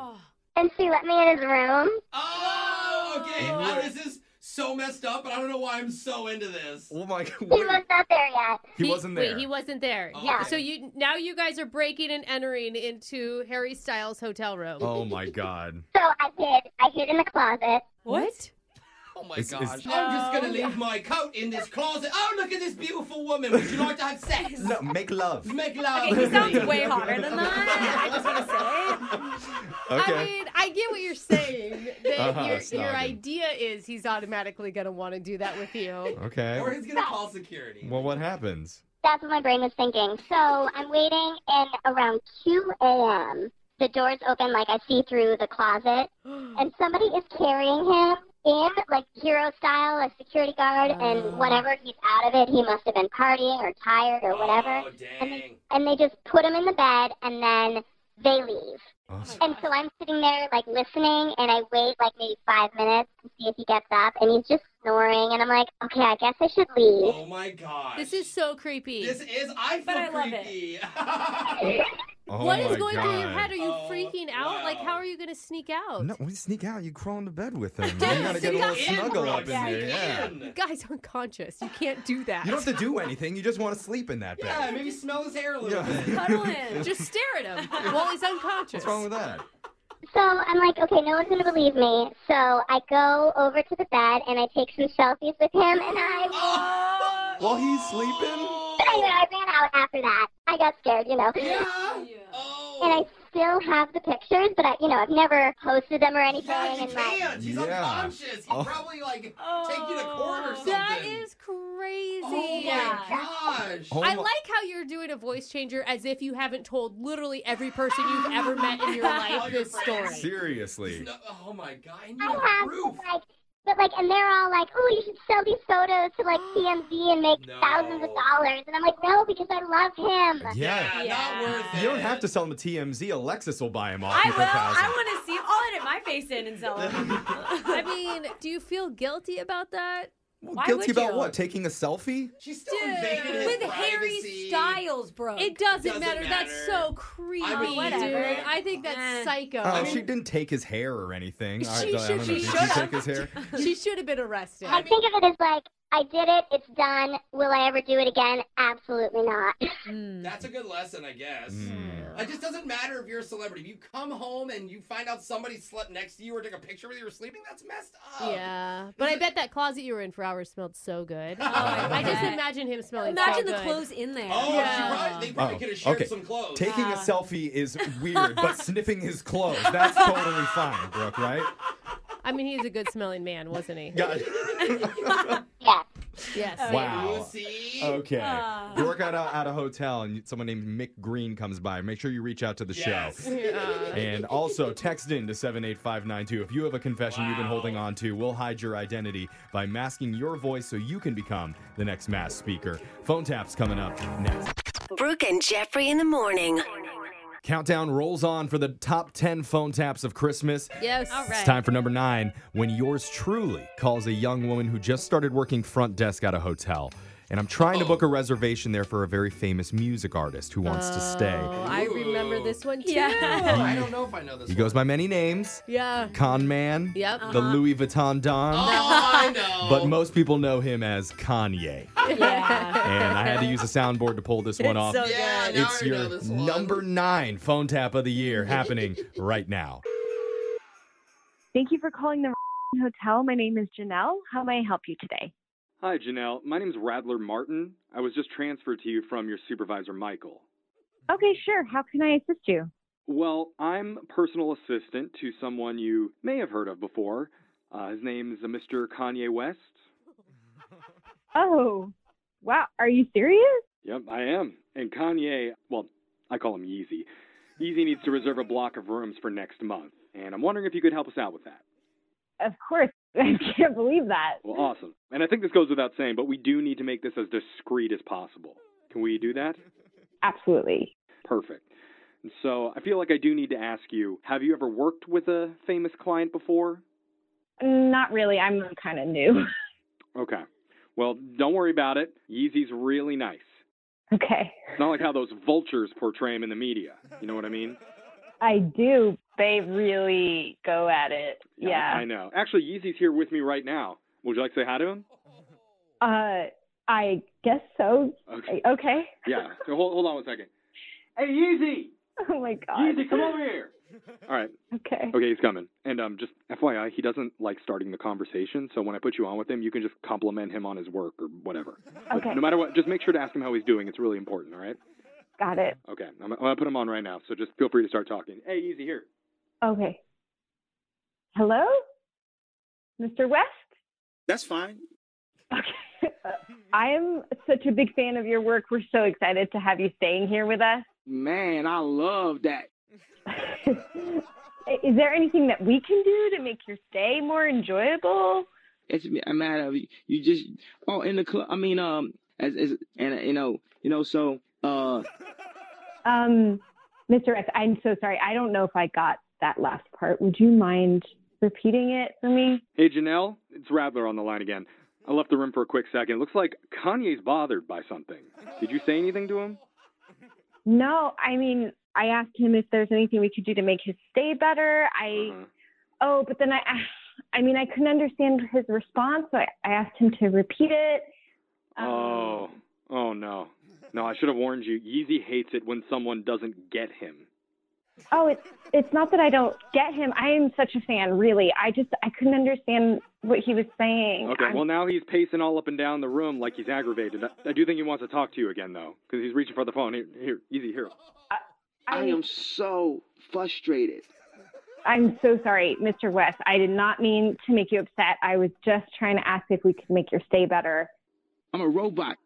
Speaker 7: and she let me in his room.
Speaker 2: Oh, okay. I- this is so messed up, but I don't know why I'm so into this.
Speaker 1: Oh my. God.
Speaker 7: He was not there yet.
Speaker 1: He, wasn't there.
Speaker 3: Wait, he wasn't there.
Speaker 2: Oh,
Speaker 3: yeah.
Speaker 2: okay.
Speaker 3: So you now you guys are breaking and entering into Harry Styles' hotel room.
Speaker 1: oh my God.
Speaker 7: So I hid. I hid in the closet.
Speaker 4: What?
Speaker 2: Oh my
Speaker 1: It's-
Speaker 2: gosh.
Speaker 1: it's-
Speaker 2: I'm just gonna leave my coat in this closet. Oh, look at this beautiful woman. Would you like to have sex?
Speaker 1: No, make love.
Speaker 2: Make love.
Speaker 4: He sounds
Speaker 2: please.
Speaker 4: way hotter than that. I just want to say it.
Speaker 3: I
Speaker 1: Okay.
Speaker 3: mean, I get what you're saying. That
Speaker 1: Uh-huh,
Speaker 3: your,
Speaker 1: snogging.
Speaker 3: your idea is he's automatically going to want to do that with you.
Speaker 1: Okay.
Speaker 2: Or he's gonna call security.
Speaker 1: Well, what happens?
Speaker 7: That's what my brain was thinking. So I'm waiting, and around 2 a.m., the doors open like I see through the closet, and somebody is carrying him in like hero style, a security guard,
Speaker 2: Oh.
Speaker 7: and whenever he's out of it, he must have been partying or tired or whatever.
Speaker 2: Oh, dang.
Speaker 7: And they just put him in the bed, and then they leave.
Speaker 1: Oh,
Speaker 7: And so I'm sitting there like listening, and I wait like maybe five minutes to see if he gets up, and he's just snoring, and I'm like, okay, I guess I should leave.
Speaker 2: Oh my gosh.
Speaker 3: This is so creepy.
Speaker 2: This is. I feel
Speaker 4: But I love it.
Speaker 2: creepy.
Speaker 1: oh
Speaker 3: what is
Speaker 1: my
Speaker 3: going through your
Speaker 1: God.
Speaker 3: head? Are you
Speaker 2: Oh,
Speaker 3: freaking out? Like,
Speaker 2: wow.
Speaker 3: how are you going to sneak out?
Speaker 1: No, when you sneak out, you crawl into bed with him. you gotta get a little
Speaker 2: Sneak in,
Speaker 1: snuggle up
Speaker 2: Brooke,
Speaker 1: in
Speaker 2: sneak
Speaker 1: there. Yeah.
Speaker 2: in.
Speaker 3: You guys are unconscious. You can't do that.
Speaker 1: You don't have to do anything. You just want to sleep in that
Speaker 2: Yeah,
Speaker 1: bed.
Speaker 2: maybe smell his hair a little
Speaker 1: Yeah.
Speaker 2: bit.
Speaker 4: Cuddle him.
Speaker 3: Just stare at him while he's unconscious.
Speaker 1: What's wrong with that?
Speaker 7: So I'm like, okay, no one's gonna believe me. So I go over to the bed and I take some selfies with him, and I,
Speaker 4: Oh.
Speaker 1: While he's sleeping?
Speaker 7: but anyway, I ran out after that. I got scared, you know.
Speaker 2: Yeah.
Speaker 7: And I
Speaker 2: Oh.
Speaker 7: still have the pictures, but I, you know, I've never posted them or anything.
Speaker 2: Yeah, you
Speaker 7: and like,
Speaker 2: can't. He's
Speaker 1: Yeah.
Speaker 2: unconscious. He'll
Speaker 1: Oh.
Speaker 2: probably like
Speaker 4: Oh.
Speaker 2: take you to court or something.
Speaker 3: That is crazy.
Speaker 2: Oh my gosh.
Speaker 1: Oh
Speaker 3: I
Speaker 1: my-
Speaker 3: like how you're doing a voice changer as if you haven't told literally every person you've ever met in your
Speaker 2: All
Speaker 3: life
Speaker 2: your
Speaker 3: this
Speaker 2: friends.
Speaker 3: story.
Speaker 1: Seriously.
Speaker 2: No- oh my god. I need
Speaker 7: I have
Speaker 2: proof.
Speaker 7: like But like, and they're all like, "Oh, you should sell these photos to like TMZ and make
Speaker 2: No.
Speaker 7: thousands of dollars." And I'm like, "No, because I love him."
Speaker 9: Yeah.
Speaker 2: Yeah, not worth it.
Speaker 9: You don't have to sell him a TMZ. Alexis will buy him off
Speaker 10: I
Speaker 9: you
Speaker 10: will.
Speaker 9: for a thousand.
Speaker 10: I want to see. I'll edit my face in and sell it.
Speaker 4: I mean, do you feel guilty about that?
Speaker 9: Well,
Speaker 10: why
Speaker 9: guilty
Speaker 10: would
Speaker 9: about
Speaker 10: you?
Speaker 9: what? Taking a selfie?
Speaker 2: She still invaded his
Speaker 10: With Harry
Speaker 2: privacy.
Speaker 10: Styles, bro.
Speaker 4: It doesn't,
Speaker 2: Doesn't
Speaker 4: matter. That's
Speaker 2: matter.
Speaker 4: so creepy,
Speaker 2: I would
Speaker 4: dude.
Speaker 10: whatever.
Speaker 4: I think that's
Speaker 10: Eh.
Speaker 1: Uh,
Speaker 4: psycho.
Speaker 9: Oh, she didn't take his hair or anything. All right,
Speaker 4: She
Speaker 9: I don't
Speaker 4: should-
Speaker 9: know.
Speaker 4: she
Speaker 9: Did she
Speaker 4: should
Speaker 9: take
Speaker 4: have.
Speaker 9: his hair?
Speaker 4: she should have been arrested.
Speaker 7: I think of it as like, "I did it. It's done. Will I ever do it again? Absolutely not."
Speaker 2: That's a good lesson, I guess.
Speaker 1: Hmm.
Speaker 9: Mm.
Speaker 2: It just doesn't matter if you're a celebrity. If you come home and you find out somebody slept next to you or took a picture with you or sleeping, that's messed up.
Speaker 3: Yeah, but I bet that closet you were in for hours smelled so good.
Speaker 10: I
Speaker 3: I just
Speaker 10: bet.
Speaker 3: imagine him smelling.
Speaker 10: Imagine
Speaker 3: so
Speaker 10: the
Speaker 3: good.
Speaker 10: clothes in there.
Speaker 2: Oh,
Speaker 3: Yeah.
Speaker 2: she probably, they probably
Speaker 9: Oh,
Speaker 2: could have shared
Speaker 9: okay.
Speaker 2: some clothes.
Speaker 9: Taking a
Speaker 3: Ah.
Speaker 10: Uh.
Speaker 9: selfie is weird, but sniffing his clothes, that's totally fine, Brooke, right?
Speaker 3: I mean, he's a good smelling man, wasn't he?
Speaker 9: Yeah.
Speaker 7: yeah.
Speaker 3: Yes.
Speaker 2: You
Speaker 9: wow.
Speaker 2: see?
Speaker 9: Okay.
Speaker 10: Ah.
Speaker 9: You work out at a hotel and someone named Mick Green comes by. Make sure you reach out to the
Speaker 2: Yes.
Speaker 9: show. And also text in to 78592 if you have a confession you've been
Speaker 2: Wow.
Speaker 9: holding on to. We'll hide your identity by masking your voice so you can become the next mass speaker. Phone taps coming up next.
Speaker 6: Brooke and Jeffrey in the morning.
Speaker 9: Countdown rolls on for the top 10 phone taps of Christmas.
Speaker 3: Yes. All
Speaker 9: It's time for number nine when yours truly calls a young woman who just started working front desk at a hotel. And I'm trying to book a reservation there for a very famous music artist who wants to stay.
Speaker 3: I remember this one too.
Speaker 10: Yeah.
Speaker 2: Oh, I don't know if I know this
Speaker 9: He
Speaker 2: one.
Speaker 9: goes by many names
Speaker 3: Yeah.
Speaker 9: Con Man,
Speaker 3: Yep. Uh-huh.
Speaker 9: the Louis Vuitton Don,
Speaker 2: Oh, I know.
Speaker 9: but most people know him as Kanye.
Speaker 10: yeah.
Speaker 9: and I had to use a soundboard to pull this one off.
Speaker 4: so-
Speaker 2: yeah, now
Speaker 9: it's
Speaker 2: I know
Speaker 9: your
Speaker 2: this one.
Speaker 9: number nine phone tap of the year happening right now.
Speaker 11: Thank you for calling the hotel. My name is Janelle. How may I help you today?
Speaker 1: Hi, Janelle. My name's Radler Martin. I was just transferred to you from your supervisor, Michael.
Speaker 11: Okay, sure. How can I assist you?
Speaker 1: Well, I'm personal assistant to someone you may have heard of before. Uh, his name's uh, Mr. Kanye West.
Speaker 11: Oh, wow. Are you serious?
Speaker 1: Yep, I am. And Kanye, well, I call him Yeezy. Yeezy needs to reserve a block of rooms for next month, and I'm wondering if you could help us out with that.
Speaker 11: Of course. I can't believe that.
Speaker 1: Well, uh, awesome. And I think this goes without saying, but we do need to make this as discreet as possible. Can we do that?
Speaker 11: Absolutely.
Speaker 1: Perfect. And So I feel like I do need to ask you have you ever worked with a famous client before?
Speaker 11: Not really. I'm kind of new.
Speaker 1: Okay. Well, don't worry about it. Yeezy's really nice.
Speaker 11: Okay.
Speaker 1: It's not like how those vultures portray him in the media. You know what I mean?
Speaker 11: I do. They really go at it.
Speaker 1: I, I know. Actually, Yeezy's here with me right now. Would you like to say hi to him?
Speaker 11: Uh, I guess so.
Speaker 1: Okay.
Speaker 11: Okay.
Speaker 1: Yeah. So hold, hold on one second. Hey, Yeezy!
Speaker 11: Oh my God.
Speaker 1: Yeezy, come over here! All right.
Speaker 11: Okay.
Speaker 1: Okay, he's coming. And um, just FYI, he doesn't like starting the conversation. So when I put you on with him, you can just compliment him on his work or whatever. But
Speaker 11: Okay.
Speaker 1: No matter what, just make sure to ask him how he's doing. It's really important. All right.
Speaker 11: Got it.
Speaker 1: Okay. I'm, I'm gonna put him on right now. So just feel free to start talking. Hey, easy here.
Speaker 11: Okay. Hello? Mr. West?
Speaker 1: That's fine.
Speaker 11: Okay. I am such a big fan of your work. We're so excited to have you staying here with us.
Speaker 1: Man, I love that.
Speaker 11: Is there anything that we can do to make your stay more enjoyable?
Speaker 1: It's a matter of you just oh in the club. I mean um as as and you know you know so uh
Speaker 11: Um, Mr. West, I'm so sorry. I don't know if I got that last part. Would you mind repeating it for me?
Speaker 1: Hey Janelle, it's Radler on the line again. I left the room for a quick second. Looks like Kanye's bothered by something. Did you say anything to him?
Speaker 11: No, I mean, I asked him if there's anything we could do to make his stay better. I.
Speaker 1: Uh-huh.
Speaker 11: Oh, but then I, I mean, I couldn't understand his response, so I, I asked him to repeat it. Um,
Speaker 1: Oh, oh no. No, I should have warned you. Yeezy hates it when someone doesn't get him.
Speaker 11: Oh, it's it's not that I don't get him. I am such a fan, really. I just I couldn't understand what he was saying.
Speaker 1: Okay,
Speaker 11: I'm-
Speaker 1: well, now he's pacing all up and down the room like he's aggravated. I, I do think he wants to talk to you again, though, because he's reaching for the phone. Here, here, Yeezy, here.
Speaker 11: I, am
Speaker 1: so frustrated.
Speaker 11: I'm so sorry, Mr. West. I did not mean to make you upset. I was just trying to ask if we could make your stay better.
Speaker 1: I'm a robot.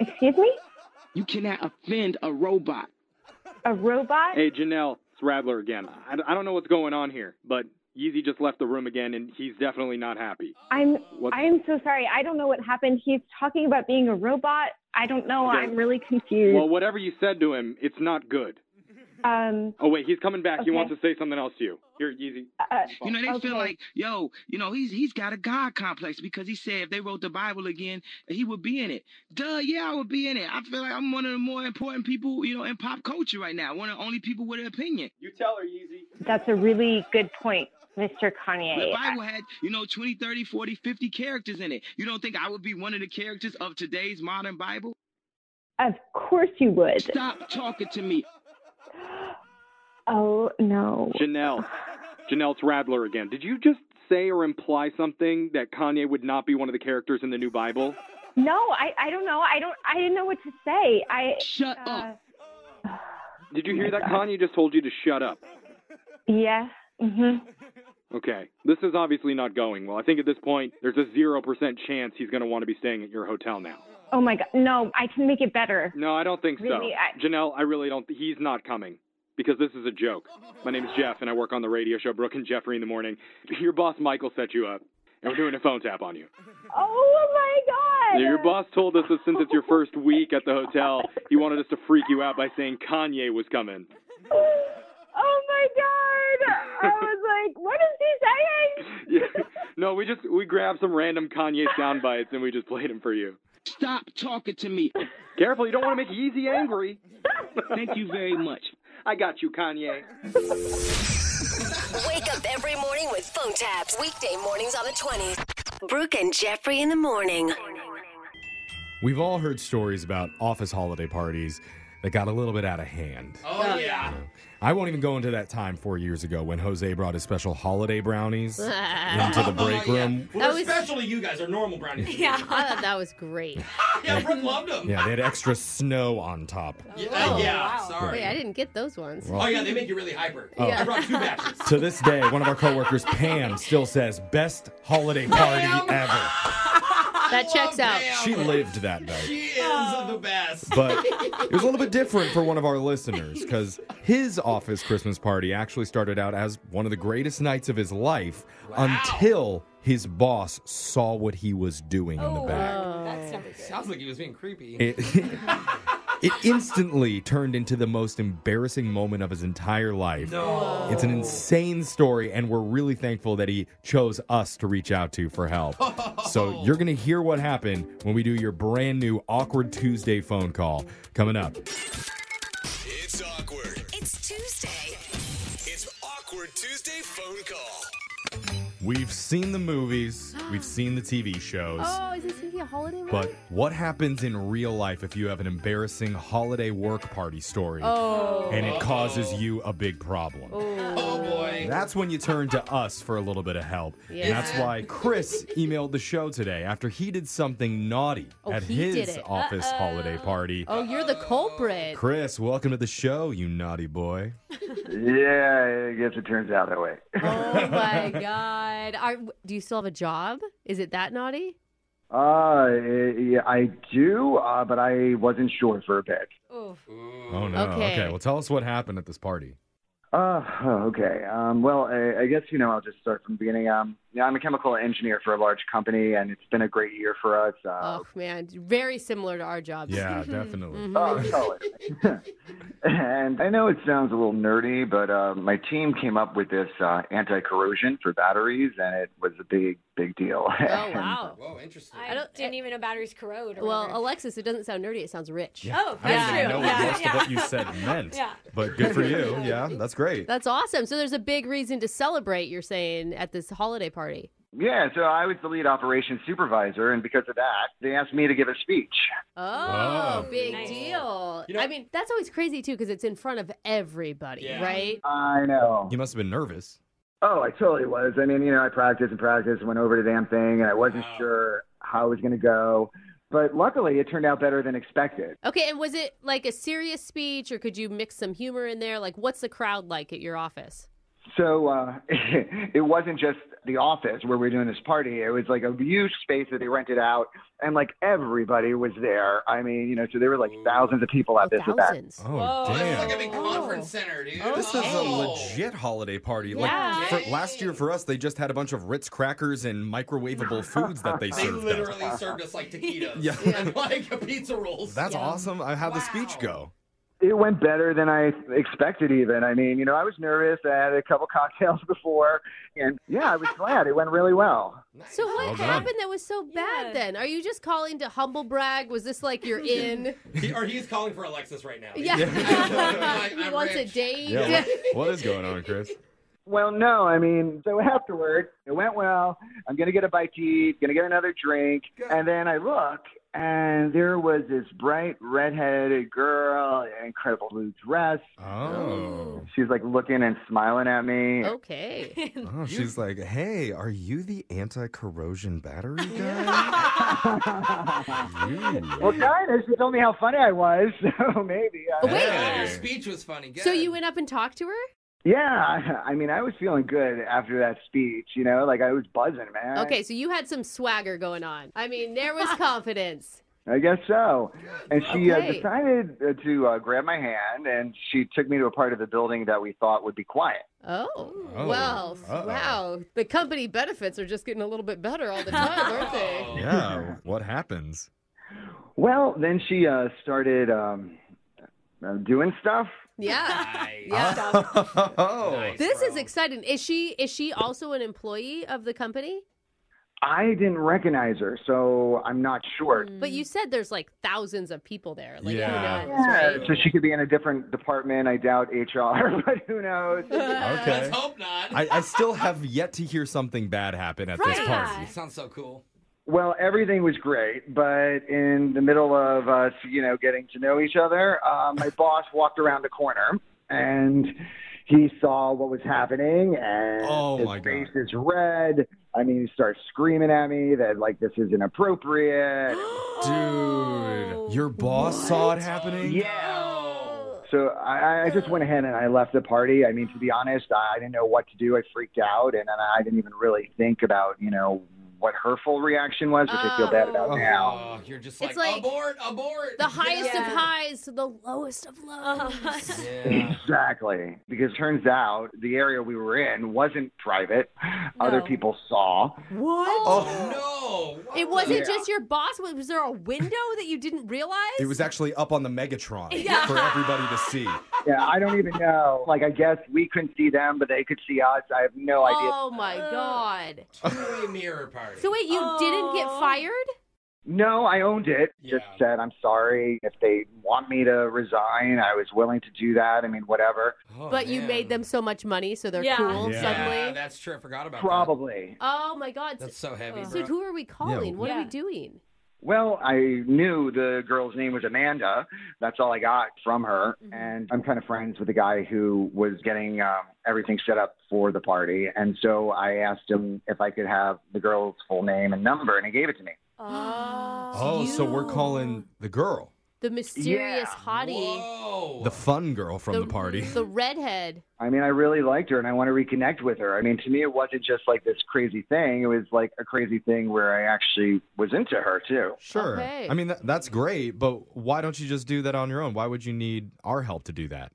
Speaker 11: Excuse me,
Speaker 1: You cannot offend a robot.
Speaker 11: a robot?
Speaker 1: Hey, Janelle, it's Radler again. I, I don't know what's going on here, but
Speaker 11: Yeezy just left the room again, and he's definitely not happy.
Speaker 12: I'm
Speaker 11: What-
Speaker 12: I'm so sorry. I don't know what happened. He's talking about being a robot. I don't know.
Speaker 11: Okay.
Speaker 12: I'm really confused.
Speaker 11: Well, whatever you said to him, it's not good.
Speaker 12: um
Speaker 11: Oh wait, he's coming back. He
Speaker 12: Okay.
Speaker 11: wants to say something else to you. Here, Yeezy.
Speaker 13: You know, they feel like, yo, you know, he's he's got a God complex because he said if they wrote the Bible again, he would be in it. Duh, yeah, I would be in it. I feel like I'm one of the more important people, you know, in pop culture right now. One of the only people with an opinion.
Speaker 11: You tell her, Yeezy.
Speaker 12: that's a really good point, Mr. Kanye.
Speaker 13: The Bible had, you know, 20, 30, 40, 50 characters in it. You don't think I would be one of the characters of today's modern Bible?
Speaker 12: Of course you would.
Speaker 13: Stop talking to me.
Speaker 12: Oh no.
Speaker 11: Janelle. Janelle, it's Radler again. Did you just say or imply something that Kanye would not be one of the characters in the new Bible?
Speaker 12: No, I, I don't know. I don't I didn't know what to say. I uh,
Speaker 13: Shut
Speaker 12: up.
Speaker 11: Did you hear that? Kanye just told you to shut up.
Speaker 12: Yeah. Mhm.
Speaker 11: Okay. This is obviously not going well. I think at this point, there's a 0% chance he's going to want to be staying at your hotel now.
Speaker 12: Oh my god. No, I can make it better.
Speaker 11: No, I don't think
Speaker 12: Really, I-
Speaker 11: so. Janelle, I really don't. He's not coming because this is a joke. My name is Jeff, and I work on the radio show Brooke and Jeffrey in the morning. Your boss, Michael, set you up, and we're doing a phone tap on you.
Speaker 12: Oh my god.
Speaker 11: Your boss told us that since it's your first week at the hotel, he wanted us to freak you out by saying Kanye was coming.
Speaker 12: Oh my god. I was like, what is he saying?
Speaker 11: Yeah. No, we just we grabbed some random Kanye sound bites and we just played them for you.
Speaker 13: Stop talking to me.
Speaker 11: Careful, you don't want to make Yeezy angry.
Speaker 13: Thank you very much.
Speaker 11: I got you, Kanye.
Speaker 6: Wake up every morning with phone taps. Weekday mornings on the 20s. Brooke and Jeffrey in the morning.
Speaker 1: We've all heard stories about office holiday parties that got a little bit out of hand.
Speaker 2: Oh yeah.
Speaker 1: I won't even go into that time four years ago when Jose brought his special holiday brownies into the break room.
Speaker 2: Well,
Speaker 3: That was-
Speaker 2: especially you guys are normal brownies.
Speaker 3: Yeah, I thought that was great.
Speaker 2: yeah, Brooke loved them.
Speaker 1: Yeah, they had extra snow on top.
Speaker 2: Yeah,
Speaker 10: Oh,
Speaker 2: yeah, sorry.
Speaker 3: Wait, I didn't get those ones.
Speaker 1: Well-
Speaker 2: Oh yeah, they make you really hyper.
Speaker 1: Oh.
Speaker 2: I brought two batches.
Speaker 1: To this day, one of our coworkers, Pam, still says best holiday party ever.
Speaker 3: that checks out. Oh.
Speaker 1: She lived that night.
Speaker 2: Oh, She is the best.
Speaker 1: But it was a little bit different for one of our listeners because his office Christmas party actually started out as one of the greatest nights of his life until his boss saw what he was doing in the
Speaker 2: Oh,
Speaker 3: Oh.
Speaker 1: back.
Speaker 2: That's never good. Sounds like he was being creepy.
Speaker 1: It, it instantly turned into the most embarrassing moment of his entire life.
Speaker 2: No.
Speaker 1: It's an insane story, and we're really thankful that he chose us to reach out to for help. So you're going to hear what happened when we do your brand new Awkward Tuesday phone call coming up.
Speaker 9: It's awkward.
Speaker 6: It's Tuesday.
Speaker 9: It's awkward Tuesday phone call.
Speaker 1: We've seen the movies, we've seen the TV shows.
Speaker 3: Oh, is this gonna be a holiday one?
Speaker 1: But what happens in real life if you have an embarrassing holiday work party story
Speaker 3: Oh.
Speaker 1: and it causes you a big problem?
Speaker 2: Oh boy.
Speaker 1: That's when you turn to us for a little bit of help.
Speaker 2: Yeah.
Speaker 1: And that's why Chris emailed the show today after he did something naughty
Speaker 3: Oh,
Speaker 1: at
Speaker 3: he did
Speaker 1: his
Speaker 3: it.
Speaker 1: office holiday party.
Speaker 3: Oh, you're the culprit.
Speaker 1: Chris, welcome to the show, you naughty boy.
Speaker 14: Yeah, I guess it turns out that way.
Speaker 3: Oh my god. Are, do you still have a job? Is it that naughty?
Speaker 14: Uh, yeah, I do, uh, but I wasn't sure for a bit.
Speaker 3: Oof.
Speaker 1: Oh, no.
Speaker 3: Okay.
Speaker 1: Okay. well, tell us what happened at this party.
Speaker 14: Uh, okay. Um, well, I, I guess, you know, I'll just start from the beginning. Um, yeah, I'm a chemical engineer for a large company, and it's been a great year for us. Uh,
Speaker 3: Oh man, very similar to our jobs. Mm-hmm.
Speaker 1: Yeah, definitely.
Speaker 14: Oh, solid. and I know it sounds a little nerdy, but uh, my team came up with this uh, anti corrosion for batteries, and it was a big, big deal.
Speaker 3: Oh wow.
Speaker 2: Whoa, interesting.
Speaker 4: I didn't even know batteries corrode. Or
Speaker 3: Well,
Speaker 4: whatever.
Speaker 3: Alexis, it doesn't sound nerdy. It sounds rich.
Speaker 4: Oh,
Speaker 1: I don't
Speaker 4: that's
Speaker 1: even
Speaker 4: true.
Speaker 1: know
Speaker 4: Yeah,
Speaker 1: what most
Speaker 4: yeah.
Speaker 1: of what you said meant.
Speaker 4: Yeah.
Speaker 1: But good for you. Yeah, that's great.
Speaker 3: That's awesome. So there's a big reason to celebrate. You're saying at this holiday party.
Speaker 14: Yeah, so I was the lead operations supervisor, and because of that, they asked me to give a speech.
Speaker 3: Oh,
Speaker 14: Oh.
Speaker 3: big deal. I mean, that's always crazy too because it's in front of everybody, right?
Speaker 14: I know.
Speaker 1: You must have been nervous.
Speaker 14: Oh, I totally was. I mean, you know, I practiced and practiced, went over the damn thing, and I wasn't sure how it was going to go. But luckily, it turned out better than expected.
Speaker 3: Okay, and was it like a serious speech or could you mix some humor in there? Like what's the crowd like at your office?
Speaker 14: So uh, it wasn't just the office where we were doing this party. It was like a huge space that they rented out, and like everybody was there. I mean, you know, so there were like thousands of people at this
Speaker 1: thousands.
Speaker 14: event.
Speaker 1: Oh, damn. Oh.
Speaker 2: Like a big conference center, dude.
Speaker 1: This is a legit holiday party.
Speaker 2: Yeah.
Speaker 1: Like for, last year for us, they just had a bunch of Ritz crackers and microwavable foods that they
Speaker 2: They
Speaker 1: served. us.
Speaker 2: literally served us like taquitos
Speaker 1: Yeah.
Speaker 2: and like pizza rolls.
Speaker 1: That's awesome. I how the speech go?
Speaker 14: It went better than I expected, even. I mean, you know, I was nervous. I had a couple cocktails before, and yeah, I was glad it went really well.
Speaker 3: So what
Speaker 14: Well done.
Speaker 3: happened that was so bad then? Are you just calling to humble brag? Was this like you're in?
Speaker 2: He, or he's calling for Alexis right now.
Speaker 3: Yeah. he wants a date.
Speaker 1: Yeah. what is going on, Chris?
Speaker 14: Well, no, I mean, so afterward, it went well. I'm going to get a bite to eat, going to get another drink. And then I look, and there was this bright redheaded girl, incredible blue dress.
Speaker 1: Oh.
Speaker 14: She's like looking and smiling at me.
Speaker 9: Oh.
Speaker 3: Okay.
Speaker 1: Oh, she's like, hey, are you the anti corrosion battery guy? You.
Speaker 14: Well, kind of. She told me how funny I was, so maybe. I
Speaker 2: Wait. Your speech was funny.
Speaker 3: Oh, So you went up and talked to her?
Speaker 14: Yeah, I mean, I was feeling good after that speech, you know? Like, I was buzzing, man.
Speaker 3: Okay, so you had some swagger going on. I mean, there was confidence.
Speaker 14: I guess so. And she uh,
Speaker 3: Okay.
Speaker 14: decided uh, to uh, grab my hand, and she took me to a part of the building that we thought would be quiet.
Speaker 3: Oh,
Speaker 14: Oh.
Speaker 3: well,
Speaker 14: Uh-oh.
Speaker 3: wow. The company benefits are just getting a little bit better all the time, aren't they?
Speaker 1: Yeah, what happens?
Speaker 14: Well, then she uh, started um, uh, doing stuff.
Speaker 3: Yeah. Yeah.
Speaker 1: Oh.
Speaker 3: This is exciting. Is she is she also an employee of the company?
Speaker 14: I didn't recognize her, so I'm not sure.
Speaker 3: Mm. But you said there's like thousands of people there. Like
Speaker 14: Yeah.
Speaker 3: who knows, right?
Speaker 14: So she could be in a different department. I doubt HR, but who knows?
Speaker 1: Okay. Let's hope
Speaker 2: not.
Speaker 1: I, I still have yet to hear something bad happen at this party.
Speaker 2: Sounds so cool.
Speaker 14: Well, everything was great, but in the middle of us, you know, getting to know each other, uh, my boss walked around the corner and he saw what was happening, and
Speaker 1: Oh,
Speaker 14: his
Speaker 1: my God.
Speaker 14: face is red. I mean, he starts screaming at me that like this is inappropriate.
Speaker 1: Dude, your boss saw it happening?
Speaker 14: so I, I just went ahead and I left the party. I mean, to be honest, I didn't know what to do. I freaked out, and, I didn't even really think about, you know, what her full reaction was, which I feel bad about now.
Speaker 2: Oh, you're just like,
Speaker 3: It's like
Speaker 2: abort, abort.
Speaker 3: The highest
Speaker 2: Yeah.
Speaker 3: of highs to the lowest of lows.
Speaker 14: Exactly. Because turns out the area we were in wasn't private. Other people saw.
Speaker 3: What?
Speaker 2: Oh,
Speaker 3: no. It wasn't
Speaker 1: Yeah.
Speaker 3: just your boss. Was was there a window that you didn't realize?
Speaker 1: It was actually up on the Megatron
Speaker 3: Yeah.
Speaker 1: for everybody to see.
Speaker 14: Yeah, I don't even know. Like, I guess we couldn't see them, but they could see us. I have no
Speaker 3: oh
Speaker 14: idea.
Speaker 3: my god.
Speaker 2: Two-way mirror party.
Speaker 3: So wait, you didn't get fired?
Speaker 14: No, I owned it. Just said, I'm sorry. If they want me to resign, I was willing to do that. I mean, whatever.
Speaker 1: Oh,
Speaker 3: but you made them so much money, so they're
Speaker 2: Yeah.
Speaker 3: cool
Speaker 14: Yeah.
Speaker 2: Yeah,
Speaker 3: suddenly.
Speaker 2: that's true. I forgot about
Speaker 14: Probably.
Speaker 3: Oh my god.
Speaker 2: That's so heavy,
Speaker 3: So
Speaker 2: bro.
Speaker 3: who are we calling? what are
Speaker 2: Yeah.
Speaker 3: we doing?
Speaker 14: Well, I knew the girl's name was Amanda. That's all I got from her.
Speaker 3: Mm-hmm.
Speaker 14: And I'm kind of friends with the guy who was getting um, everything set up for the party. And so I asked him if I could have the girl's full name and number, and he gave it to me.
Speaker 1: Oh, so we're calling the girl,
Speaker 3: The mysterious hottie.
Speaker 1: the fun girl from the, party.
Speaker 3: The redhead.
Speaker 14: I mean, I really liked her and I want to reconnect with her. I mean, to me, it wasn't just like this crazy thing. It was like a crazy thing where I actually was into her, too.
Speaker 1: Sure. I mean, that, that's great, but why don't you just do that on your own? Why would you need our help to do that?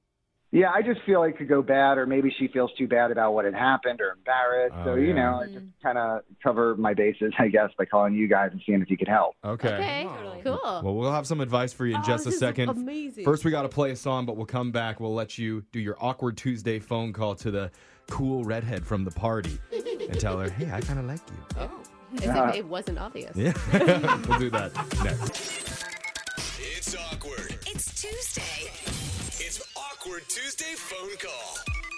Speaker 14: Yeah, I just feel it could go bad, or maybe she feels too bad about what had happened or embarrassed.
Speaker 1: Oh,
Speaker 14: so, you
Speaker 1: yeah.
Speaker 14: know, I just kind of cover my bases, I guess, by calling you guys and seeing if you could help.
Speaker 1: Okay.
Speaker 3: Okay. Cool.
Speaker 1: Well, we'll have some advice for you in just a
Speaker 3: this is
Speaker 1: second.
Speaker 3: amazing.
Speaker 1: First, we got to play a song, but we'll come back. We'll let you do your awkward Tuesday phone call to the cool redhead from the party and tell her, hey, I kind of like you.
Speaker 3: Oh. As if
Speaker 1: Yeah.
Speaker 3: it wasn't obvious.
Speaker 1: Yeah. we'll do that next.
Speaker 9: It's awkward.
Speaker 6: It's Tuesday.
Speaker 9: It's awkward Tuesday phone call.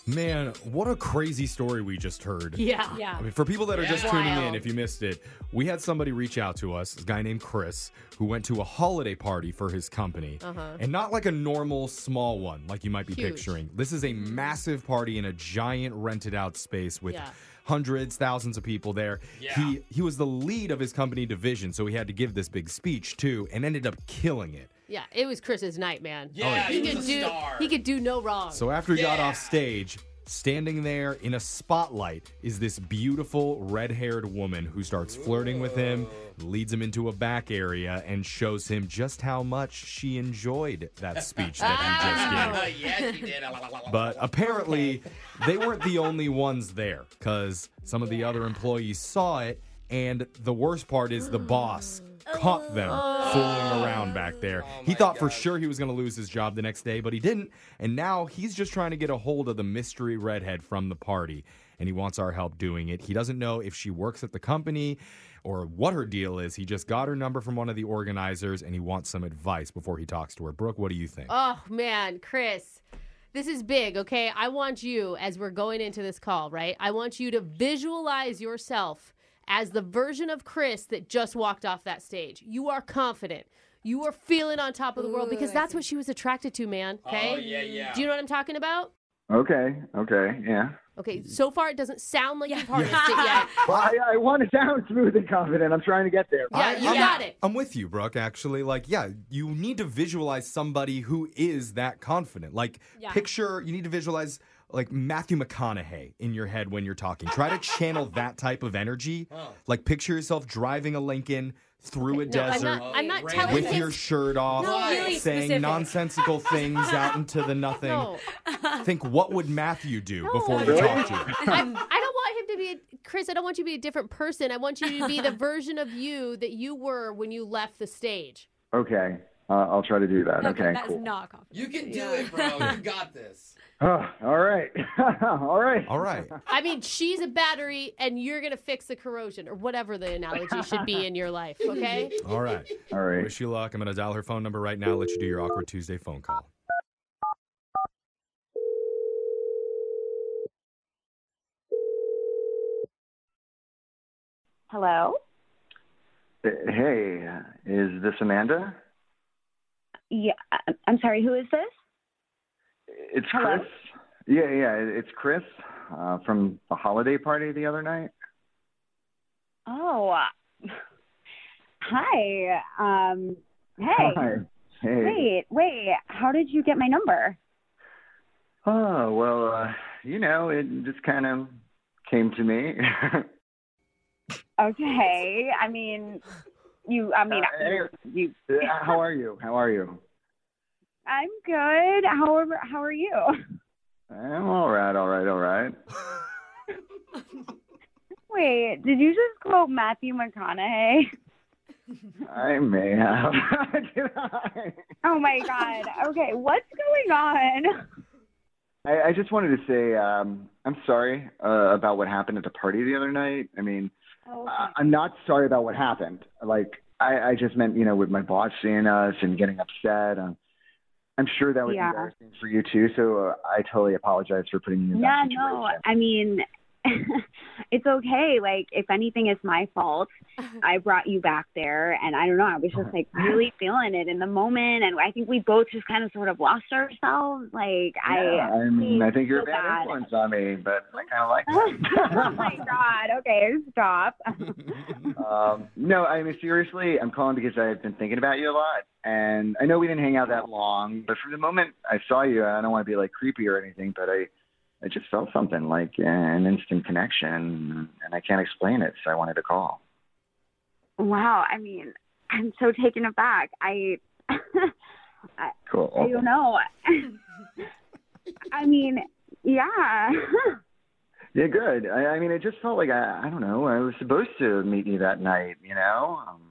Speaker 1: Man, what a crazy story we just heard.
Speaker 9: Yeah.
Speaker 1: I mean, for people that are just
Speaker 9: Yeah.
Speaker 1: tuning in,
Speaker 9: Wild.
Speaker 1: if you missed it, we had somebody reach out to us, this guy named Chris, who went to a holiday party for his company.
Speaker 9: Uh-huh.
Speaker 1: And not like a normal small one, like you might be
Speaker 9: Huge. Mm-hmm.
Speaker 1: picturing. This is a massive party in a giant rented out space with
Speaker 9: Yeah.
Speaker 1: hundreds, thousands of people there.
Speaker 9: Yeah.
Speaker 1: He he was the lead of his company division, so he had to give this big speech too, and ended up killing it.
Speaker 3: Yeah, it was Chris's night, man.
Speaker 1: Yeah,
Speaker 3: he,
Speaker 1: he was
Speaker 3: could
Speaker 1: a
Speaker 3: do he could do no wrong.
Speaker 1: So after he got off stage, Standing there in a spotlight is this beautiful red haired woman who starts flirting with him, leads him into a back area, and shows him just how much she enjoyed that speech that
Speaker 2: Ah.
Speaker 1: he just gave.
Speaker 2: yes, you did.
Speaker 1: But apparently, they weren't the only ones there because some of the other employees saw it. And the worst part is the boss caught them fooling around back there. he thought for sure he was going to lose his job the next day, but he didn't. And now he's just trying to get a hold of the mystery redhead from the party. And he wants our help doing it. He doesn't know if she works at the company or what her deal is. He just got her number from one of the organizers and he wants some advice before he talks to her. Brooke, what do you think?
Speaker 3: Oh man, Chris, this is big. Okay, I want you as we're going into this call, right? I want you to visualize yourself as the version of Chris that just walked off that stage. You are confident. You are feeling on top of the world because that's what she was attracted to, man. Okay.
Speaker 7: Oh, yeah, yeah.
Speaker 3: Do you know what I'm talking about?
Speaker 14: Okay, okay, yeah.
Speaker 3: Okay. So far, it doesn't sound like you've harnessed it yet.
Speaker 14: Well, I, I want to sound smooth and confident. I'm trying to get there.
Speaker 3: Yeah, you
Speaker 1: I'm-
Speaker 3: got it.
Speaker 1: I'm with you, Brooke, actually. Like, yeah, you need to visualize somebody who is that confident. Like,
Speaker 3: Yeah.
Speaker 1: picture, you need to visualize like Matthew McConaughey in your head when you're talking. Try to channel that type of energy. Like, picture yourself driving a Lincoln through a
Speaker 3: No, I'm
Speaker 1: desert.
Speaker 3: not- I'm not telling
Speaker 1: with
Speaker 3: him-
Speaker 1: your shirt off,
Speaker 3: No, really
Speaker 1: saying
Speaker 3: specific.
Speaker 1: nonsensical things out into the nothing.
Speaker 3: No.
Speaker 1: Think what would Matthew do before you
Speaker 14: Really?
Speaker 1: talk to him?
Speaker 3: I, I don't want him to be a, Chris. I don't want you to be a different person. I want you to be the version of you that you were when you left the stage.
Speaker 14: Okay, uh, I'll try to do that. Okay, cool.
Speaker 3: not confident.
Speaker 2: You can do it, bro. You got this.
Speaker 14: Ugh, all right, all right,
Speaker 1: all right.
Speaker 3: I mean, she's a battery, and you're gonna fix the corrosion or whatever the analogy should be in your life. Okay.
Speaker 1: All right.
Speaker 14: All right.
Speaker 1: Wish you luck. I'm going to dial her phone number right now. Let you do your awkward Tuesday phone call.
Speaker 12: Hello?
Speaker 14: Hey, is this Amanda?
Speaker 12: Yeah, I- I'm sorry. Who is this?
Speaker 14: It's Chris. Yeah, yeah, it- it's Chris uh, from the holiday party the other night.
Speaker 12: Oh, uh, hi. Um, hey.
Speaker 14: Hi. Hey.
Speaker 12: Wait, wait. How did you get my number?
Speaker 14: Oh, well, uh, you know, it just kind of came to me.
Speaker 12: Okay. I mean, you. I mean, you- you.
Speaker 14: Uh, How are you? How are you?
Speaker 12: I'm good. How are How are you?
Speaker 14: I'm all right, all right, all right.
Speaker 12: Wait, did you just quote Matthew McConaughey?
Speaker 14: I may have.
Speaker 12: Oh my God. Okay, what's going on?
Speaker 14: I, I just wanted to say um, I'm sorry uh, about what happened at the party the other night. I mean,
Speaker 3: Oh.
Speaker 14: I, I'm not sorry about what happened. Like, I, I just meant, you know, with my boss seeing us and getting upset. Um, I'm sure that was
Speaker 12: Yeah.
Speaker 14: embarrassing for you too. So uh, I totally apologize for putting you in
Speaker 12: Yeah,
Speaker 14: that situation.
Speaker 12: no. I mean, it's okay. Like, if anything, it's my fault. I brought you back there, and I don't know. I was just like really feeling it in the moment, and I think we both just kind of sort of lost ourselves. Like,
Speaker 14: Yeah,
Speaker 12: I.
Speaker 14: I mean, I think you're a
Speaker 12: so
Speaker 14: bad,
Speaker 12: bad.
Speaker 14: influence on me, but I kind of like
Speaker 12: oh my God. Okay, stop.
Speaker 14: Um, no, I mean seriously, I'm calling because I've been thinking about you a lot, and I know we didn't hang out that long, but from the moment I saw you, I don't want to be like creepy or anything, but I, I just felt something like uh, an instant connection, and I can't explain it, so I wanted to call.
Speaker 12: Wow. I mean, I'm so taken aback. I. I,
Speaker 14: Cool.
Speaker 12: I don't know. I mean, yeah.
Speaker 14: Yeah, good. I, I mean, it just felt like I, I don't know, I was supposed to meet you that night, you know. Um,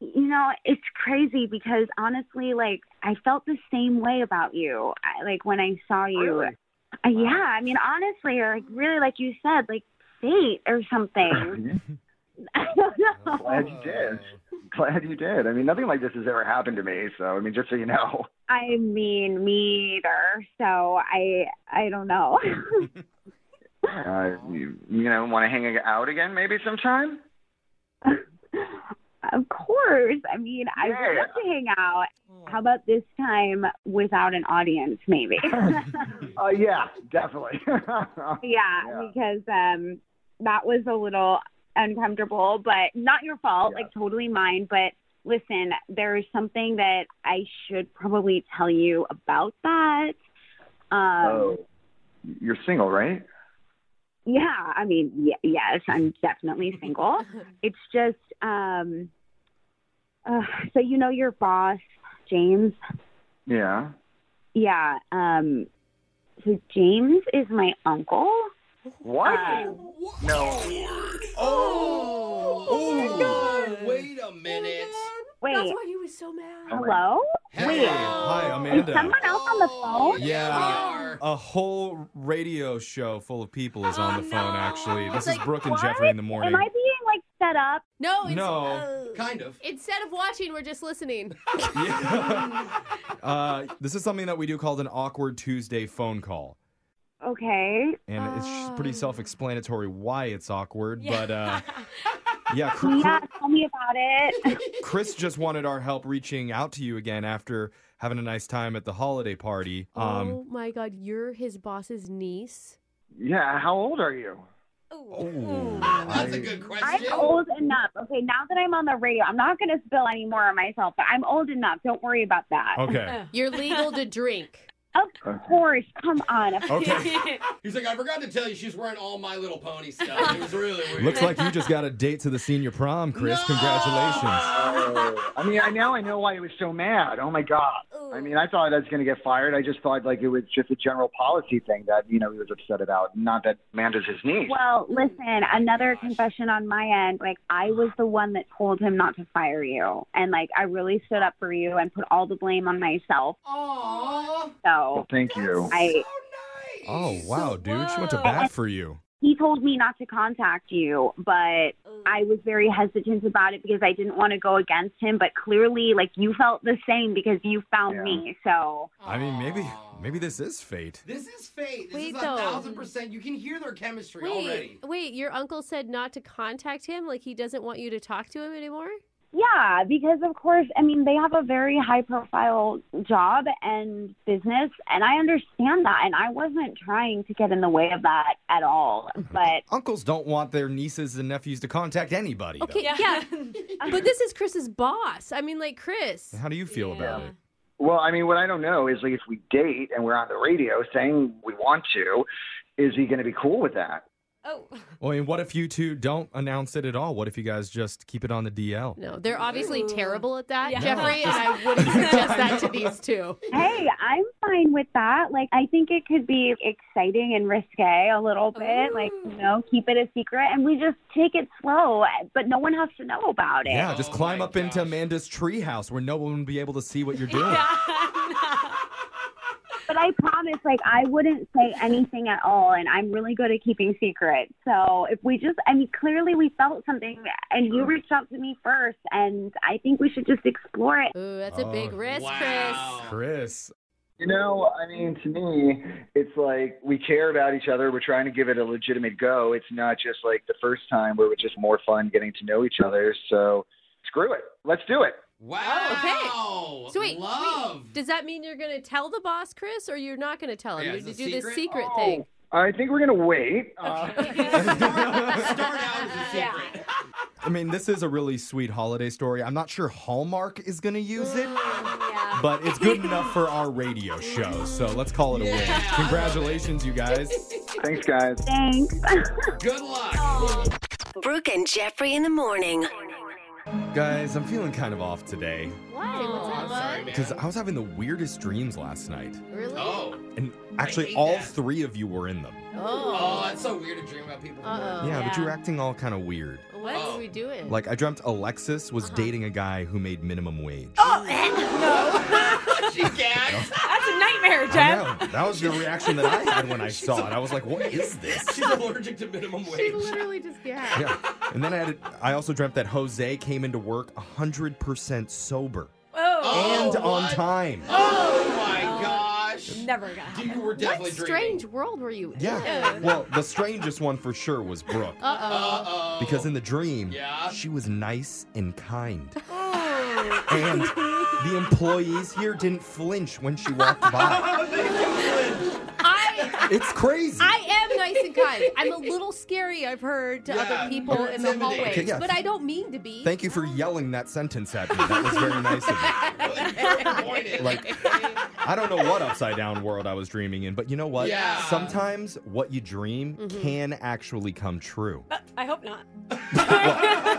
Speaker 12: you know, it's crazy because honestly, like, I felt the same way about you. I, like when I saw you. Uh, Yeah, I mean, honestly, or like really, like you said, like fate or something. I don't know.
Speaker 14: glad you did. Glad you did. I mean, nothing like this has ever happened to me, so I mean, just so you know.
Speaker 12: I mean, me either. So I, I don't know.
Speaker 14: Uh, you, you know, want to hang out again maybe sometime?
Speaker 12: of course. I mean, I would love to hang out. How about this time without an audience, maybe?
Speaker 14: Oh yeah, definitely.
Speaker 12: yeah, because um that was a little uncomfortable, but not your fault, like totally mine, but listen, there is something that I should probably tell you about that. Um
Speaker 14: oh, You're single, right?
Speaker 12: Yeah, I mean, y- yes, I'm definitely single. it's just, um, uh, so you know your boss, James.
Speaker 14: Yeah.
Speaker 12: Yeah. Um, so James is my uncle.
Speaker 14: What?
Speaker 2: no. Oh. Oh. my God. Wait a minute.
Speaker 12: Wait.
Speaker 3: That's why he was so mad.
Speaker 12: Hello?
Speaker 1: Hey, hi, Amanda.
Speaker 12: Is someone else on the
Speaker 9: Oh,
Speaker 12: phone?
Speaker 1: Yeah, a whole radio show full of people is on the
Speaker 12: Oh,
Speaker 1: phone. Actually, this is Brooke and
Speaker 12: What?
Speaker 1: Jeffrey in the morning.
Speaker 12: Am I being like set up?
Speaker 3: No, it's
Speaker 1: No.
Speaker 3: uh,
Speaker 2: Kind of.
Speaker 3: Instead of watching, we're just listening.
Speaker 1: Uh, this is something that we do called an awkward Tuesday phone call,
Speaker 12: Okay.
Speaker 1: and it's
Speaker 12: Oh.
Speaker 1: just pretty self-explanatory why it's awkward. But uh, yeah, Cr- Cr-
Speaker 12: Yeah, tell me about it.
Speaker 1: Chris just wanted our help reaching out to you again after having a nice time at the holiday party. Um,
Speaker 3: oh my God, you're his boss's niece.
Speaker 14: Yeah. How old are you?
Speaker 2: Ah, That's a good
Speaker 12: I'm
Speaker 2: question.
Speaker 12: old enough. Okay, now that I'm on the radio, I'm not going to spill any more on myself, but I'm old enough. Don't worry about that.
Speaker 1: Okay.
Speaker 3: You're legal to drink.
Speaker 12: Of course. Come on. Of
Speaker 2: He's like, I forgot to tell you, she's wearing all My Little Pony stuff. It was really weird.
Speaker 1: looks like you just got a date to the senior prom, Chris. Congratulations.
Speaker 14: Oh, I mean, I now I know why he was so mad. Oh my god. I mean, I thought I was going to get fired. I just thought like it was just a general policy thing that you know he was upset about. Not that Amanda's his niece.
Speaker 12: Well, listen, another confession on my end. Like, I was the one that told him not to fire you. And, like, I really stood up for you and put all the blame on myself.
Speaker 2: Aww.
Speaker 12: So,
Speaker 14: Oh, Thank you.
Speaker 12: I,
Speaker 1: Oh wow, dude, she went to bat for you.
Speaker 12: he told me not to contact you, but I was very hesitant about it because I didn't want to go against him. But clearly, like, you felt the same because you found
Speaker 1: Yeah.
Speaker 12: me. So,
Speaker 1: I mean, maybe maybe this is fate.
Speaker 2: This is fate. This
Speaker 3: Wait,
Speaker 2: is a
Speaker 3: though.
Speaker 2: thousand percent. You can hear their chemistry
Speaker 3: Wait,
Speaker 2: already.
Speaker 3: wait, your uncle said not to contact him? Like he doesn't want you to talk to him anymore?
Speaker 12: yeah, because, of course, I mean, they have a very high profile job and business. And I understand that. And I wasn't trying to get in the way of that at all. But
Speaker 1: Uncles don't want their nieces and nephews to contact anybody.
Speaker 3: Okay, yeah. but this is Chris's boss. I mean, like, Chris.
Speaker 1: though. How do you feel about it?
Speaker 14: Well, I mean, what I don't know is like if we date and we're on the radio saying we want to, is he going to be cool with that?
Speaker 1: Well, and what if you two don't announce it at all? What if you guys just keep it on the DL?
Speaker 3: No, they're obviously terrible at that,
Speaker 12: Yeah.
Speaker 3: Jeffrey, and
Speaker 12: No.
Speaker 3: I wouldn't suggest that to these two.
Speaker 12: Hey, I'm fine with that. Like, I think it could be exciting and risque a little bit. Like, you know, keep it a secret and we just take it slow, but no one has to know about it.
Speaker 1: Yeah,
Speaker 3: Oh
Speaker 1: just climb up into Amanda's treehouse where no one will be able to see what you're doing.
Speaker 12: But I promise, like, I wouldn't say anything at all. And I'm really good at keeping secrets. So if we just, I mean, clearly we felt something and you reached out to me first. And I think we should just explore it.
Speaker 3: Ooh, that's a
Speaker 9: Oh,
Speaker 3: big risk, Chris.
Speaker 1: Chris.
Speaker 14: You know, I mean, to me, it's like we care about each other. We're trying to give it a legitimate go. It's not just like the first time where it's just more fun getting to know each other. So screw it. Let's do it.
Speaker 2: Wow.
Speaker 3: So wait,
Speaker 2: Love.
Speaker 3: wait, does that mean you're going to tell the boss, Chris, or you're not going to tell him?
Speaker 2: Yeah,
Speaker 3: you're
Speaker 2: it's
Speaker 3: going
Speaker 2: a
Speaker 3: to do this secret
Speaker 14: Oh,
Speaker 3: thing.
Speaker 14: I think we're going to wait. Uh,
Speaker 1: I mean, this is a really sweet holiday story. I'm not sure Hallmark is going to use it,
Speaker 3: Mm,
Speaker 1: but it's good enough for our radio show. So let's call it a win. Congratulations, you guys.
Speaker 14: Thanks, guys.
Speaker 12: Thanks.
Speaker 2: Good luck.
Speaker 6: Brooke and Jeffrey in the morning.
Speaker 1: Guys, I'm feeling kind of off today
Speaker 3: Why? What's up?
Speaker 1: because I was having the weirdest dreams last night.
Speaker 3: Really?
Speaker 2: Oh.
Speaker 1: And actually, all three of you were in them.
Speaker 3: Oh. Uh-uh.
Speaker 2: Oh, that's so weird to dream about people.
Speaker 3: Uh-oh.
Speaker 1: yeah, but you were acting all kind of weird.
Speaker 3: What are
Speaker 2: Oh.
Speaker 3: we
Speaker 9: Oh.
Speaker 3: doing?
Speaker 1: Like, I dreamt Alexis was dating a guy who made minimum wage.
Speaker 4: Oh, heck no.
Speaker 2: she gagged.
Speaker 4: That's a nightmare,
Speaker 1: I
Speaker 4: Jeff.
Speaker 1: know. That was the reaction that I had when I saw it. I was like, what is this?
Speaker 2: She's allergic to minimum wage.
Speaker 3: literally just yeah.
Speaker 1: Yeah. And then I had, I also dreamt that Jose came into work 100% sober
Speaker 4: Oh.
Speaker 1: and on time.
Speaker 2: Oh my gosh.
Speaker 4: Never got
Speaker 2: Dude, you were definitely
Speaker 3: what
Speaker 2: dreaming.
Speaker 3: strange world were you in?
Speaker 1: Yeah. Well, the strangest one for sure was Brooke.
Speaker 3: Uh-oh.
Speaker 1: Because in the dream,
Speaker 2: Yeah.
Speaker 1: she was nice and kind. And the employees here didn't flinch when she walked by.
Speaker 3: I
Speaker 1: It's crazy.
Speaker 3: I am nice and kind. I'm a little scary, I've heard, to
Speaker 1: Yeah,
Speaker 3: other people
Speaker 1: you're
Speaker 3: in the
Speaker 1: intimidating.
Speaker 3: hallways,
Speaker 1: Okay, yeah.
Speaker 3: but I don't mean to be.
Speaker 1: Thank you for yelling that sentence at me. That was very nice of you. Like, I don't know what upside down world I was dreaming in, but you know what?
Speaker 4: Yeah.
Speaker 1: Sometimes what you dream
Speaker 4: Mhm.
Speaker 1: can actually come true.
Speaker 4: Uh, I hope not.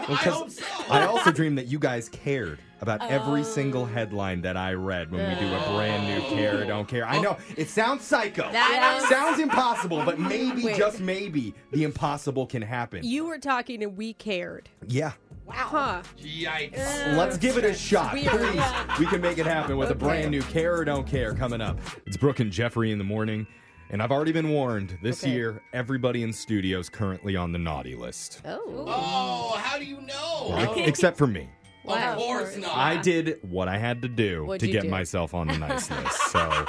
Speaker 1: Because I also dreamed that you guys cared about every single headline that I read when we do a brand new care or don't care. I know it sounds psycho.
Speaker 3: That is-
Speaker 1: sounds impossible, but maybe
Speaker 3: Wait.
Speaker 1: just maybe the impossible can happen.
Speaker 3: You were talking and we cared.
Speaker 1: yeah.
Speaker 3: Wow. Huh.
Speaker 2: Yikes.
Speaker 1: Let's give it a shot,
Speaker 3: Weird.
Speaker 1: please. We can make it happen with a brand new Care or Don't Care coming up. It's Brooke and Jeffrey in the morning, and I've already been warned this year, everybody in studio is currently on the naughty list.
Speaker 3: Oh.
Speaker 2: Oh, how do you know?
Speaker 1: Ex- Except for me.
Speaker 2: Of course not.
Speaker 1: I did what I had to do
Speaker 2: What'd
Speaker 1: to
Speaker 2: you
Speaker 1: get
Speaker 2: do?
Speaker 1: myself on the nice list. So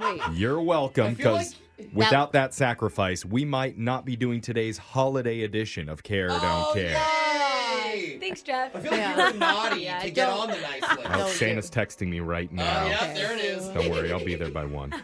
Speaker 3: Wait.
Speaker 1: you're welcome
Speaker 3: I feel
Speaker 1: because
Speaker 3: like-
Speaker 1: without that sacrifice, we might not be doing today's holiday edition of Care or Don't Care.
Speaker 4: Thanks, Jeff.
Speaker 2: I feel like you were naughty to get on the nice list.
Speaker 1: Oh, Shana's texting me right now.
Speaker 2: yeah, there it is.
Speaker 1: Don't worry, I'll be there by one.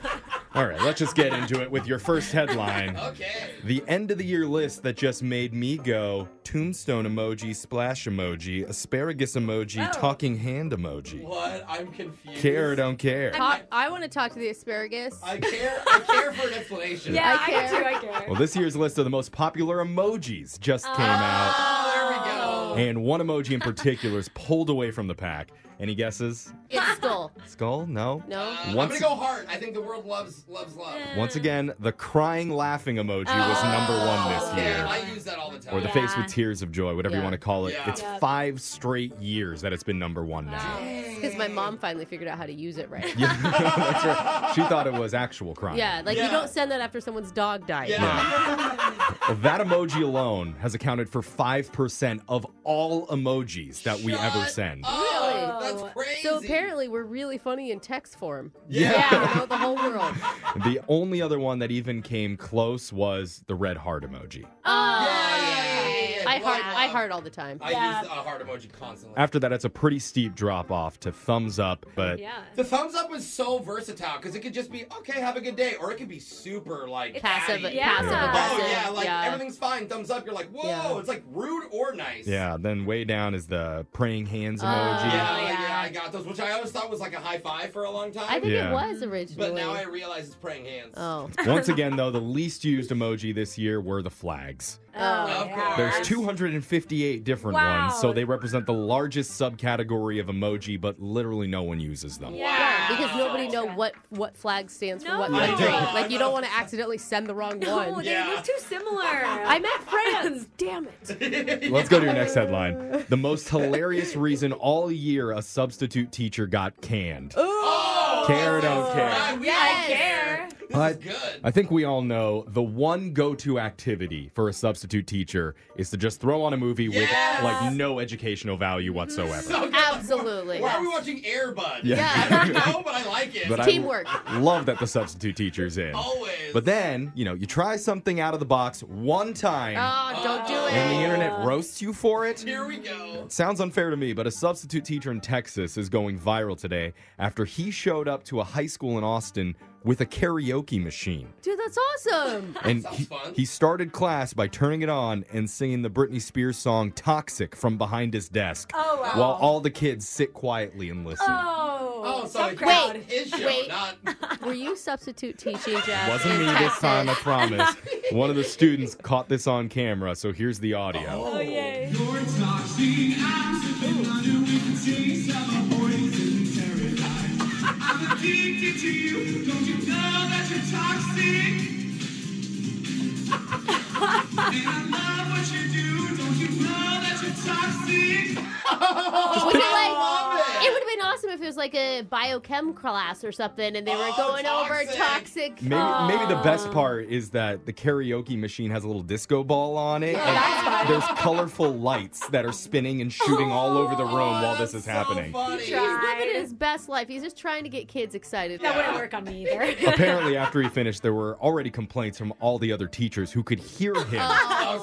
Speaker 1: All right, let's just get into it with your first headline.
Speaker 2: Okay.
Speaker 1: The end of the year list that just made me go tombstone emoji, splash emoji, asparagus emoji,
Speaker 3: Oh.
Speaker 1: talking hand emoji.
Speaker 2: What? I'm confused.
Speaker 1: Care or don't care.
Speaker 3: Talk, I want to talk to the asparagus. I
Speaker 2: care. I care for an explanation.
Speaker 3: yeah, I,
Speaker 4: I
Speaker 3: care.
Speaker 4: do, I care.
Speaker 1: Well, this year's list of the most popular emojis just came
Speaker 2: Oh,
Speaker 1: out. And one emoji in particular is pulled away from the pack. Any guesses?
Speaker 3: It's skull.
Speaker 1: Skull? No?
Speaker 3: No.
Speaker 2: Uh, I'm
Speaker 1: Once-
Speaker 2: gonna go hard. I think the world loves loves love.
Speaker 1: Once again, the crying laughing emoji was number one this
Speaker 2: Okay,
Speaker 1: year.
Speaker 2: I use that all the time.
Speaker 1: Or the face with tears of joy, whatever you
Speaker 3: Oh. Yeah.
Speaker 1: want to call it.
Speaker 2: Yeah.
Speaker 1: It's
Speaker 3: Yep.
Speaker 1: five straight years that it's been number one now.
Speaker 3: Because Um, my mom finally figured out how to use it right.
Speaker 1: Yeah, that's right. She thought it was actual crying.
Speaker 3: Yeah, like you
Speaker 2: Yeah.
Speaker 3: don't send that after someone's dog died.
Speaker 1: Well, that emoji alone has accounted for 5% of all emojis that we ever send.
Speaker 3: Oh,
Speaker 2: that's crazy.
Speaker 3: So apparently, we're really funny in text form.
Speaker 1: Yeah.
Speaker 3: yeah you know, the whole world.
Speaker 1: The only other one that even came close was the red heart emoji.
Speaker 3: Oh,
Speaker 2: yeah,
Speaker 3: I
Speaker 2: yeah.
Speaker 3: heart, I heart all the time.
Speaker 2: I use a heart emoji constantly.
Speaker 1: After that, it's a pretty steep drop off to thumbs up, but
Speaker 2: Yeah. The thumbs up is so versatile because it could just be okay, have a good day, or it could be super like
Speaker 3: Passive-
Speaker 2: catty.
Speaker 3: yeah. passive
Speaker 2: Oh
Speaker 3: aggressive,
Speaker 2: yeah, like
Speaker 3: yeah.
Speaker 2: everything's fine. Thumbs up. You're like whoa. It's like rude or nice.
Speaker 1: yeah, then way down is the praying hands
Speaker 2: Oh,
Speaker 1: emoji.
Speaker 2: yeah, like, yeah, I got those, which I always thought was like a high five for a long time.
Speaker 1: I think it Yeah. was
Speaker 2: But
Speaker 3: originally.
Speaker 2: now I realize it's praying hands.
Speaker 3: Oh.
Speaker 1: Once again, though, the least used emoji this year were the flags.
Speaker 3: Oh,
Speaker 2: of course.
Speaker 1: There's 258 different
Speaker 2: Wow.
Speaker 1: ones, so they represent the largest subcategory of emoji, but literally no one uses them.
Speaker 3: Yeah, because nobody know what what flag stands for what
Speaker 1: No.
Speaker 3: country.
Speaker 1: Yeah.
Speaker 3: Like you don't want to accidentally send the wrong
Speaker 4: No,
Speaker 3: one.
Speaker 4: they look too similar.
Speaker 3: I meant friends. Damn it.
Speaker 1: Let's go to your next headline. The most hilarious reason all year a substitute teacher got canned.
Speaker 2: Oh,
Speaker 1: Care or don't care.
Speaker 2: Yeah, I
Speaker 4: care.
Speaker 1: But I think we all know the one go-to activity for a substitute teacher is to just throw on a movie
Speaker 2: Yes. Mm-hmm.
Speaker 1: with like no educational value whatsoever.
Speaker 3: Absolutely.
Speaker 2: Why are we watching Airbud?
Speaker 1: Yeah.
Speaker 2: I don't know, but I like it.
Speaker 1: But I love that the substitute teacher's in.
Speaker 2: Always.
Speaker 1: But then, you know, you try something out of the box one time
Speaker 3: Oh, don't do it.
Speaker 1: and the internet roasts you for it.
Speaker 2: Here we go.
Speaker 1: It sounds unfair to me, but a substitute teacher in Texas is going viral today after he showed up to a high school in Austin with a karaoke machine.
Speaker 3: Dude, that's awesome.
Speaker 1: And he, he started class by turning it on and singing the Britney Spears song Toxic from behind his desk
Speaker 3: Oh, wow.
Speaker 1: while all the kids sit quietly and listen.
Speaker 4: Oh.
Speaker 2: Oh, so
Speaker 4: Some
Speaker 2: it's
Speaker 4: crowd.
Speaker 2: his show,
Speaker 3: wait.
Speaker 2: not
Speaker 3: Were you substitute teaching, Jeff?
Speaker 1: Wasn't
Speaker 3: in
Speaker 1: me
Speaker 3: Texas?
Speaker 1: this time, I promise. One of the students caught this on camera, so here's the audio.
Speaker 4: Oh, yay.
Speaker 9: I'm addicted to you. Don't you know that you're toxic? and I love what you do. Don't you know that you're toxic? Oh,
Speaker 3: Was it like, Oh, it would have been awesome if it was like a biochem class or something and they were going over toxic.
Speaker 1: Maybe, maybe the best part is that the karaoke machine has a little disco ball on it. and there's colorful lights that are spinning and shooting all over the room while this is happening.
Speaker 3: He's living his best life. He's just trying to get kids excited.
Speaker 4: That wouldn't work on me either.
Speaker 1: Apparently, after he finished, there were already complaints from all the other teachers who could hear him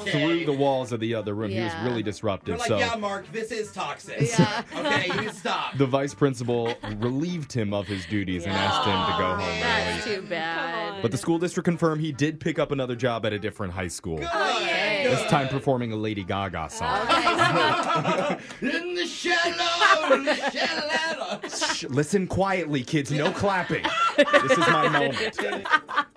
Speaker 1: through the walls of the other room. He
Speaker 2: Oh, Yeah.
Speaker 1: was really
Speaker 2: We're
Speaker 1: disruptive.
Speaker 2: like,
Speaker 1: so
Speaker 2: yeah, Mark, this is toxic. Yeah. okay, you need to stop.
Speaker 1: the vice principal relieved him of his duties and asked him to go home.
Speaker 3: That's too bad.
Speaker 1: But the school district confirmed he did pick up another job at a different high school.
Speaker 3: Okay.
Speaker 1: This Oh, time performing a Lady Gaga song.
Speaker 2: In the shallow, shallow. Oh.
Speaker 1: Shh, listen quietly, kids. No clapping. This is my moment.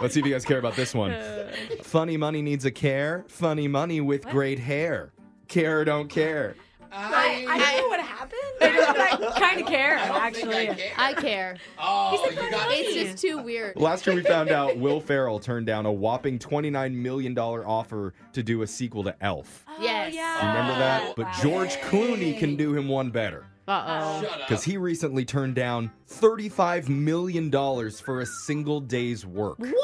Speaker 1: Let's see if you guys care about this one. Funny money needs a care. Funny money with great hair. Care or don't care.
Speaker 4: I, I don't know what happened.
Speaker 3: "Oh,
Speaker 4: I kind of care, actually.
Speaker 3: I care.
Speaker 4: Oh,
Speaker 3: you got It's just too weird.
Speaker 1: Last year, we found out Will Ferrell turned down a whopping $29 million offer to do a sequel to Elf.
Speaker 3: yes.
Speaker 1: You remember that? But George Clooney can do him one better.
Speaker 3: Uh oh.
Speaker 1: Because he recently turned down $35 million for a single day's work.
Speaker 3: What?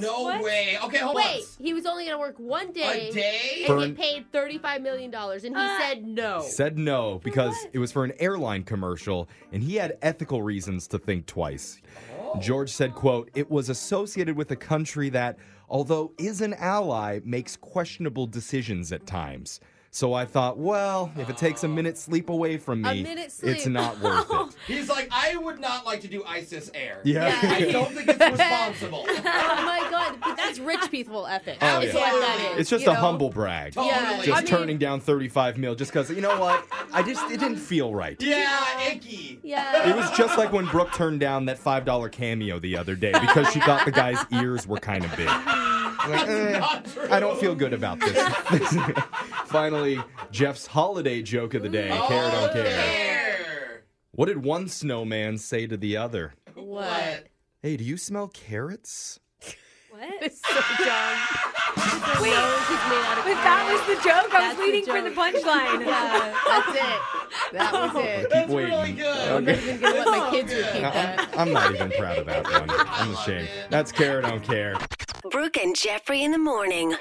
Speaker 2: No
Speaker 3: What?
Speaker 2: way. Okay, hold on.
Speaker 3: Wait, he was only gonna work one day.
Speaker 2: A day?
Speaker 3: And
Speaker 1: For
Speaker 3: get
Speaker 1: an-
Speaker 3: paid thirty-five million dollars, and he said no.
Speaker 1: Said no because it was for an airline commercial and he had ethical reasons to think twice.
Speaker 3: Oh.
Speaker 1: George said, quote, it was associated with a country that, although is an ally, makes questionable decisions at times. So I thought, well, if it
Speaker 3: Oh.
Speaker 1: takes a minute sleep away from
Speaker 2: A
Speaker 1: me,
Speaker 2: minute
Speaker 1: it's
Speaker 2: sleep.
Speaker 1: not worth it.
Speaker 2: He's like, I would not like to do ISIS air.
Speaker 1: Yeah. Yeah.
Speaker 2: I don't think it's responsible.
Speaker 3: oh my god, but that's rich people ethics.
Speaker 1: Oh,
Speaker 3: is
Speaker 1: yeah.
Speaker 3: what that is.
Speaker 1: It's just
Speaker 3: you
Speaker 1: a
Speaker 3: know?
Speaker 1: humble brag.
Speaker 3: Yeah.
Speaker 1: Just
Speaker 3: I mean-
Speaker 1: turning down 35 mil just because, you know what? I just, it didn't feel right.
Speaker 2: Yeah, icky.
Speaker 3: Yeah.
Speaker 1: It was just like when Brooke turned down that $5 cameo the other day because she thought the guy's ears were kind of big. Like, eh, I don't feel good about this. Finally, Jeff's holiday joke of the day. care, don't care. What did one snowman say to the other?
Speaker 3: What?
Speaker 1: Hey, do you smell carrots?
Speaker 3: What? It's so dumb. Wait,
Speaker 4: but that was the joke. I was waiting for the punchline.
Speaker 3: Yeah, that's it. That
Speaker 4: Oh,
Speaker 3: was it.
Speaker 1: Keep waiting.
Speaker 3: I'm not
Speaker 1: Okay.
Speaker 3: even gonna let my kids repeat
Speaker 1: I-
Speaker 3: that.
Speaker 1: I'm, I'm not even proud of that one. I'm ashamed. That's care, don't care.
Speaker 6: Brooke and Jeffrey in the morning.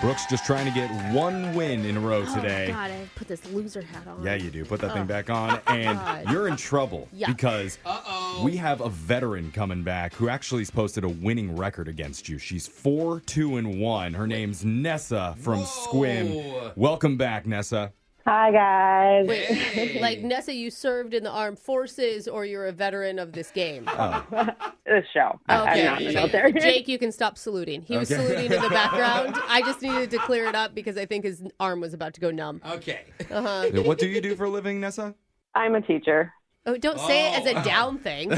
Speaker 1: Brooke's just trying to get one win in a row today.
Speaker 3: Oh, God, I put this loser hat on.
Speaker 1: Yeah, you do. Put that thing
Speaker 3: Ugh. Oh,
Speaker 1: back on, and
Speaker 3: God.
Speaker 1: you're in trouble
Speaker 3: Yeah.
Speaker 1: because we have a veteran coming back who actually has posted a winning record against you. She's four, two, and one. Her name's Nessa from Squim. Welcome back, Nessa.
Speaker 3: Hi guys. Wait, like Nessa, you served in the armed forces, or you're a veteran of this game.
Speaker 1: Oh,
Speaker 15: This show. I- I'm not in the military.
Speaker 3: Jake, you can stop saluting. He was
Speaker 15: Okay.
Speaker 3: saluting in the background. I just needed to clear it up because I think his arm was about to go numb.
Speaker 2: Okay.
Speaker 3: Uh-huh.
Speaker 1: What do you do for a living, Nessa?
Speaker 15: I'm a teacher.
Speaker 3: Oh, don't say it as a down thing.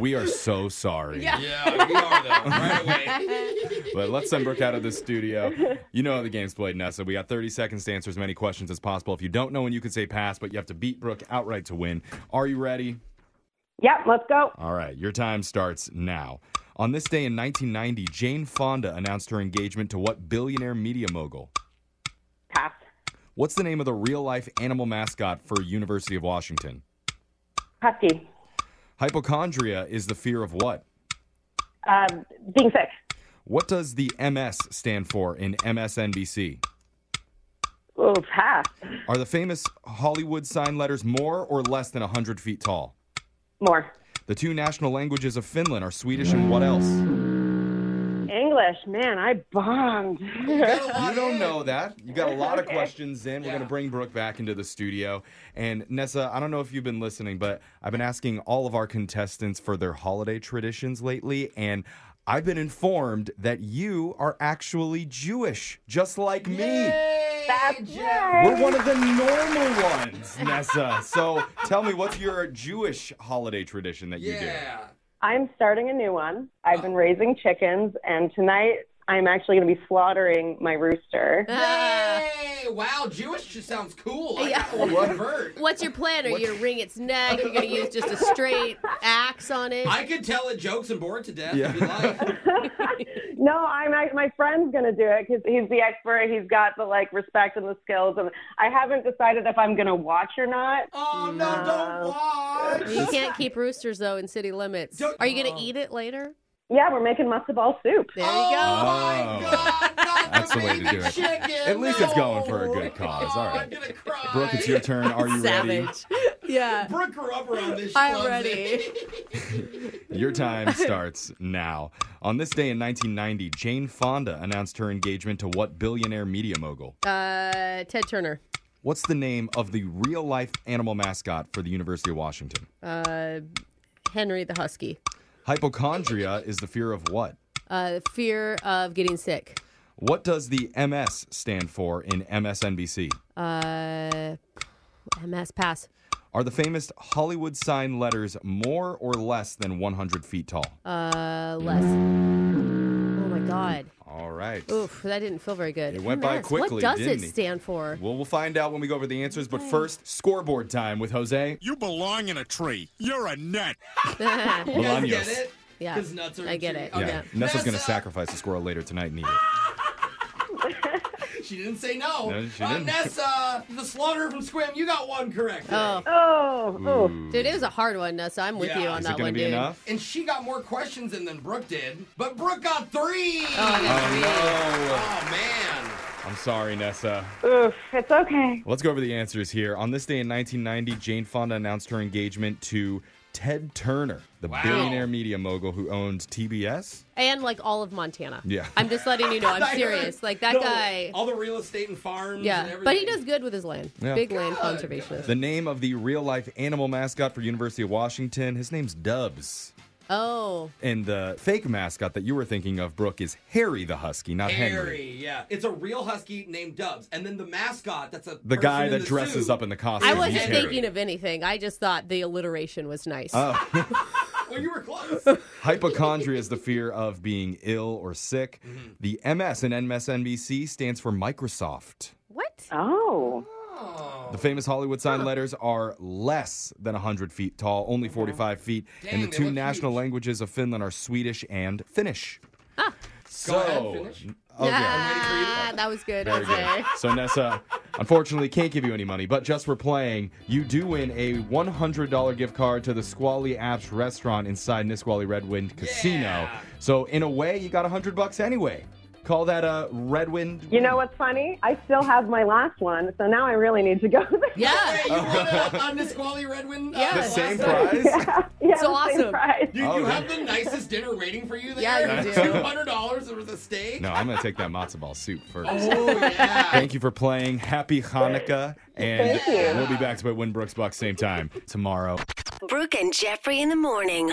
Speaker 1: We are so sorry.
Speaker 3: Yeah.
Speaker 2: we are though.
Speaker 1: But let's send Brooke out of the studio. You know how the game's played, Nessa. We got 30 seconds to answer as many questions as possible. If you don't know when you can say pass, but you have to beat Brooke outright to win. Are you ready?
Speaker 15: Yep, let's go.
Speaker 1: All right, your time starts now. On this day in 1990, Jane Fonda announced her engagement to what billionaire media mogul?
Speaker 15: Pass.
Speaker 1: What's the name of the real life animal mascot for University of Washington?
Speaker 15: Husky.
Speaker 1: Hypochondria is the fear of what?
Speaker 15: Um, being sick.
Speaker 1: What does the MS stand for in MSNBC?
Speaker 15: Oh, pass.
Speaker 1: Are the famous Hollywood sign letters more or less than 100 feet tall?
Speaker 15: More.
Speaker 1: The two national languages of Finland are Swedish and what else?
Speaker 15: English. Man, I bombed.
Speaker 1: You don't know that. You got a lot of
Speaker 15: Okay.
Speaker 1: questions in. We're going to bring Brooke back into the studio. And Nessa, I don't know if you've been listening, but I've been asking all of our contestants for their holiday traditions lately. And I've been informed that you are actually Jewish, just like me.
Speaker 15: That's
Speaker 1: We're one of the normal ones, Nessa. So tell me, what's your Jewish holiday tradition that you do?
Speaker 15: I'm starting a new one. I've been raising chickens, and tonight I'm actually going to be slaughtering my rooster.
Speaker 3: Ah.
Speaker 2: Hey, wow, Jewish just sounds cool. I yeah. convert.
Speaker 3: What's your plan? Are you gonna wring its neck? You're gonna use just a straight axe on it?
Speaker 2: I could tell it jokes and bored to death if you like.
Speaker 15: No, I'm I, my friend's going to do it because he's the expert. He's got the like respect and the skills, and I haven't decided if I'm going to watch or not.
Speaker 2: Oh no, don't watch.
Speaker 3: You can't keep roosters though in city limits. Are you
Speaker 2: Oh.
Speaker 3: gonna eat it later?
Speaker 15: Yeah, we're making matzo ball soup.
Speaker 3: There you go.
Speaker 1: Oh, that's the way to do it.
Speaker 3: chicken,
Speaker 1: At least it's going for a good cause. All right. Brooke, it's your turn. Are you ready?
Speaker 3: Yeah.
Speaker 2: Brooke grew up around this.
Speaker 3: I'm
Speaker 2: schlubs.
Speaker 3: ready.
Speaker 1: Your time starts now. On this day in 1990, Jane Fonda announced her engagement to what billionaire media mogul?
Speaker 3: Uh, Ted Turner.
Speaker 1: What's the name of the real life animal mascot for the University of Washington?
Speaker 3: Uh, Henry the Husky.
Speaker 1: Hypochondria is the fear of what?
Speaker 3: Uh, fear of getting sick.
Speaker 1: What does the MS stand for in MSNBC?
Speaker 3: Uh, MS pass.
Speaker 1: Are the famous Hollywood sign letters more or less than 100 feet tall?
Speaker 3: Uh, less. Oh my God.
Speaker 1: All right.
Speaker 3: Oof, that didn't feel very good.
Speaker 1: It went by
Speaker 3: MS.
Speaker 1: quickly,
Speaker 3: What does
Speaker 1: didn't
Speaker 3: it
Speaker 1: it?
Speaker 3: stand for?
Speaker 1: Well, we'll find out when we go over the answers, but first, scoreboard time with Jose. You belong in a tree. You're a nut.
Speaker 3: Bolaños.
Speaker 1: Bolaños.
Speaker 2: it?
Speaker 3: Yeah.
Speaker 2: 'Cause nuts are
Speaker 3: I
Speaker 2: in
Speaker 3: get
Speaker 2: cheese.
Speaker 3: it.
Speaker 1: Yeah.
Speaker 3: Yeah.
Speaker 1: Nessa's going to sacrifice a squirrel later tonight and eat it.
Speaker 2: Oh, she didn't say no.
Speaker 1: No, she
Speaker 2: Uh,
Speaker 1: didn't.
Speaker 2: Nessa, the slaughterer from Squim, you got one correct.
Speaker 3: Oh.
Speaker 15: Oh.
Speaker 1: oh. Ooh.
Speaker 3: Dude, it was a hard one, so I'm with you on
Speaker 1: Is it
Speaker 3: that
Speaker 1: gonna
Speaker 3: one,
Speaker 1: be
Speaker 3: dude.
Speaker 1: enough?
Speaker 2: And she got more questions in than Brooke did, but Brooke got three.
Speaker 1: Oh, no.
Speaker 2: Oh, man.
Speaker 1: I'm sorry, Nessa.
Speaker 15: Oof, it's okay.
Speaker 1: Let's go over the answers here. On this day in 1990, Jane Fonda announced her engagement to Ted Turner, the billionaire media mogul who owns TBS.
Speaker 3: And like all of Montana.
Speaker 1: Yeah.
Speaker 3: I'm just letting you know. I'm serious. Like that
Speaker 2: No,
Speaker 3: guy.
Speaker 2: All the real estate and farms and
Speaker 3: Yeah.
Speaker 2: everything.
Speaker 3: But he does good with his land.
Speaker 1: Yeah.
Speaker 3: Big land conservationist.
Speaker 1: The name of the real life animal mascot for University of Washington, his name's Dubs.
Speaker 3: Oh.
Speaker 1: And the fake mascot that you were thinking of, Brooke, is Harry the Husky, not Henry.
Speaker 2: Harry, yeah. It's a real husky named Dubs. And then the mascot, that's a
Speaker 1: The
Speaker 2: person
Speaker 1: guy
Speaker 2: in
Speaker 1: that
Speaker 2: the
Speaker 1: dresses
Speaker 2: suit.
Speaker 1: up in the costume.
Speaker 3: I wasn't
Speaker 1: He's Harry.
Speaker 3: thinking of anything. I just thought the alliteration was nice.
Speaker 1: Oh.
Speaker 2: Well, you were close.
Speaker 1: Hypochondria is the fear of being ill or sick. The MS in MSNBC stands for Microsoft.
Speaker 3: What?
Speaker 15: Oh.
Speaker 1: The famous Hollywood sign letters are less than 100 feet tall, only 45 feet. and the two national languages of Finland are Swedish and Finnish. So, okay.
Speaker 3: Ah, that was good,
Speaker 1: Very
Speaker 3: Jose.
Speaker 1: good. So, Nessa, unfortunately, can't give you any money, but just for playing, you do win a $100 gift card to the Squally Apps restaurant inside Nisqually Red Wind Casino. So, in a way, you got 100 bucks anyway. Call that a Red Wind.
Speaker 15: You know what's funny? I still have my last one, so now I really need to go there.
Speaker 3: Yeah.
Speaker 2: You won a, a Nisqually Redwin. uh,
Speaker 3: Yeah.
Speaker 1: The same prize?
Speaker 15: Yeah, yeah,
Speaker 3: So
Speaker 15: the same
Speaker 3: awesome.
Speaker 15: prize.
Speaker 2: You,
Speaker 1: Oh,
Speaker 2: you
Speaker 1: yeah.
Speaker 2: have the nicest dinner waiting for you there.
Speaker 1: Yeah, you do.
Speaker 2: $200 there was a steak.
Speaker 1: No, I'm going to take that matzo ball soup first.
Speaker 2: Oh, yeah.
Speaker 1: Thank you for playing. Happy Hanukkah. And
Speaker 6: Thank you.
Speaker 1: we'll be back to it when Brooks Bucks same time tomorrow.
Speaker 6: Brooke and Jeffrey in the morning.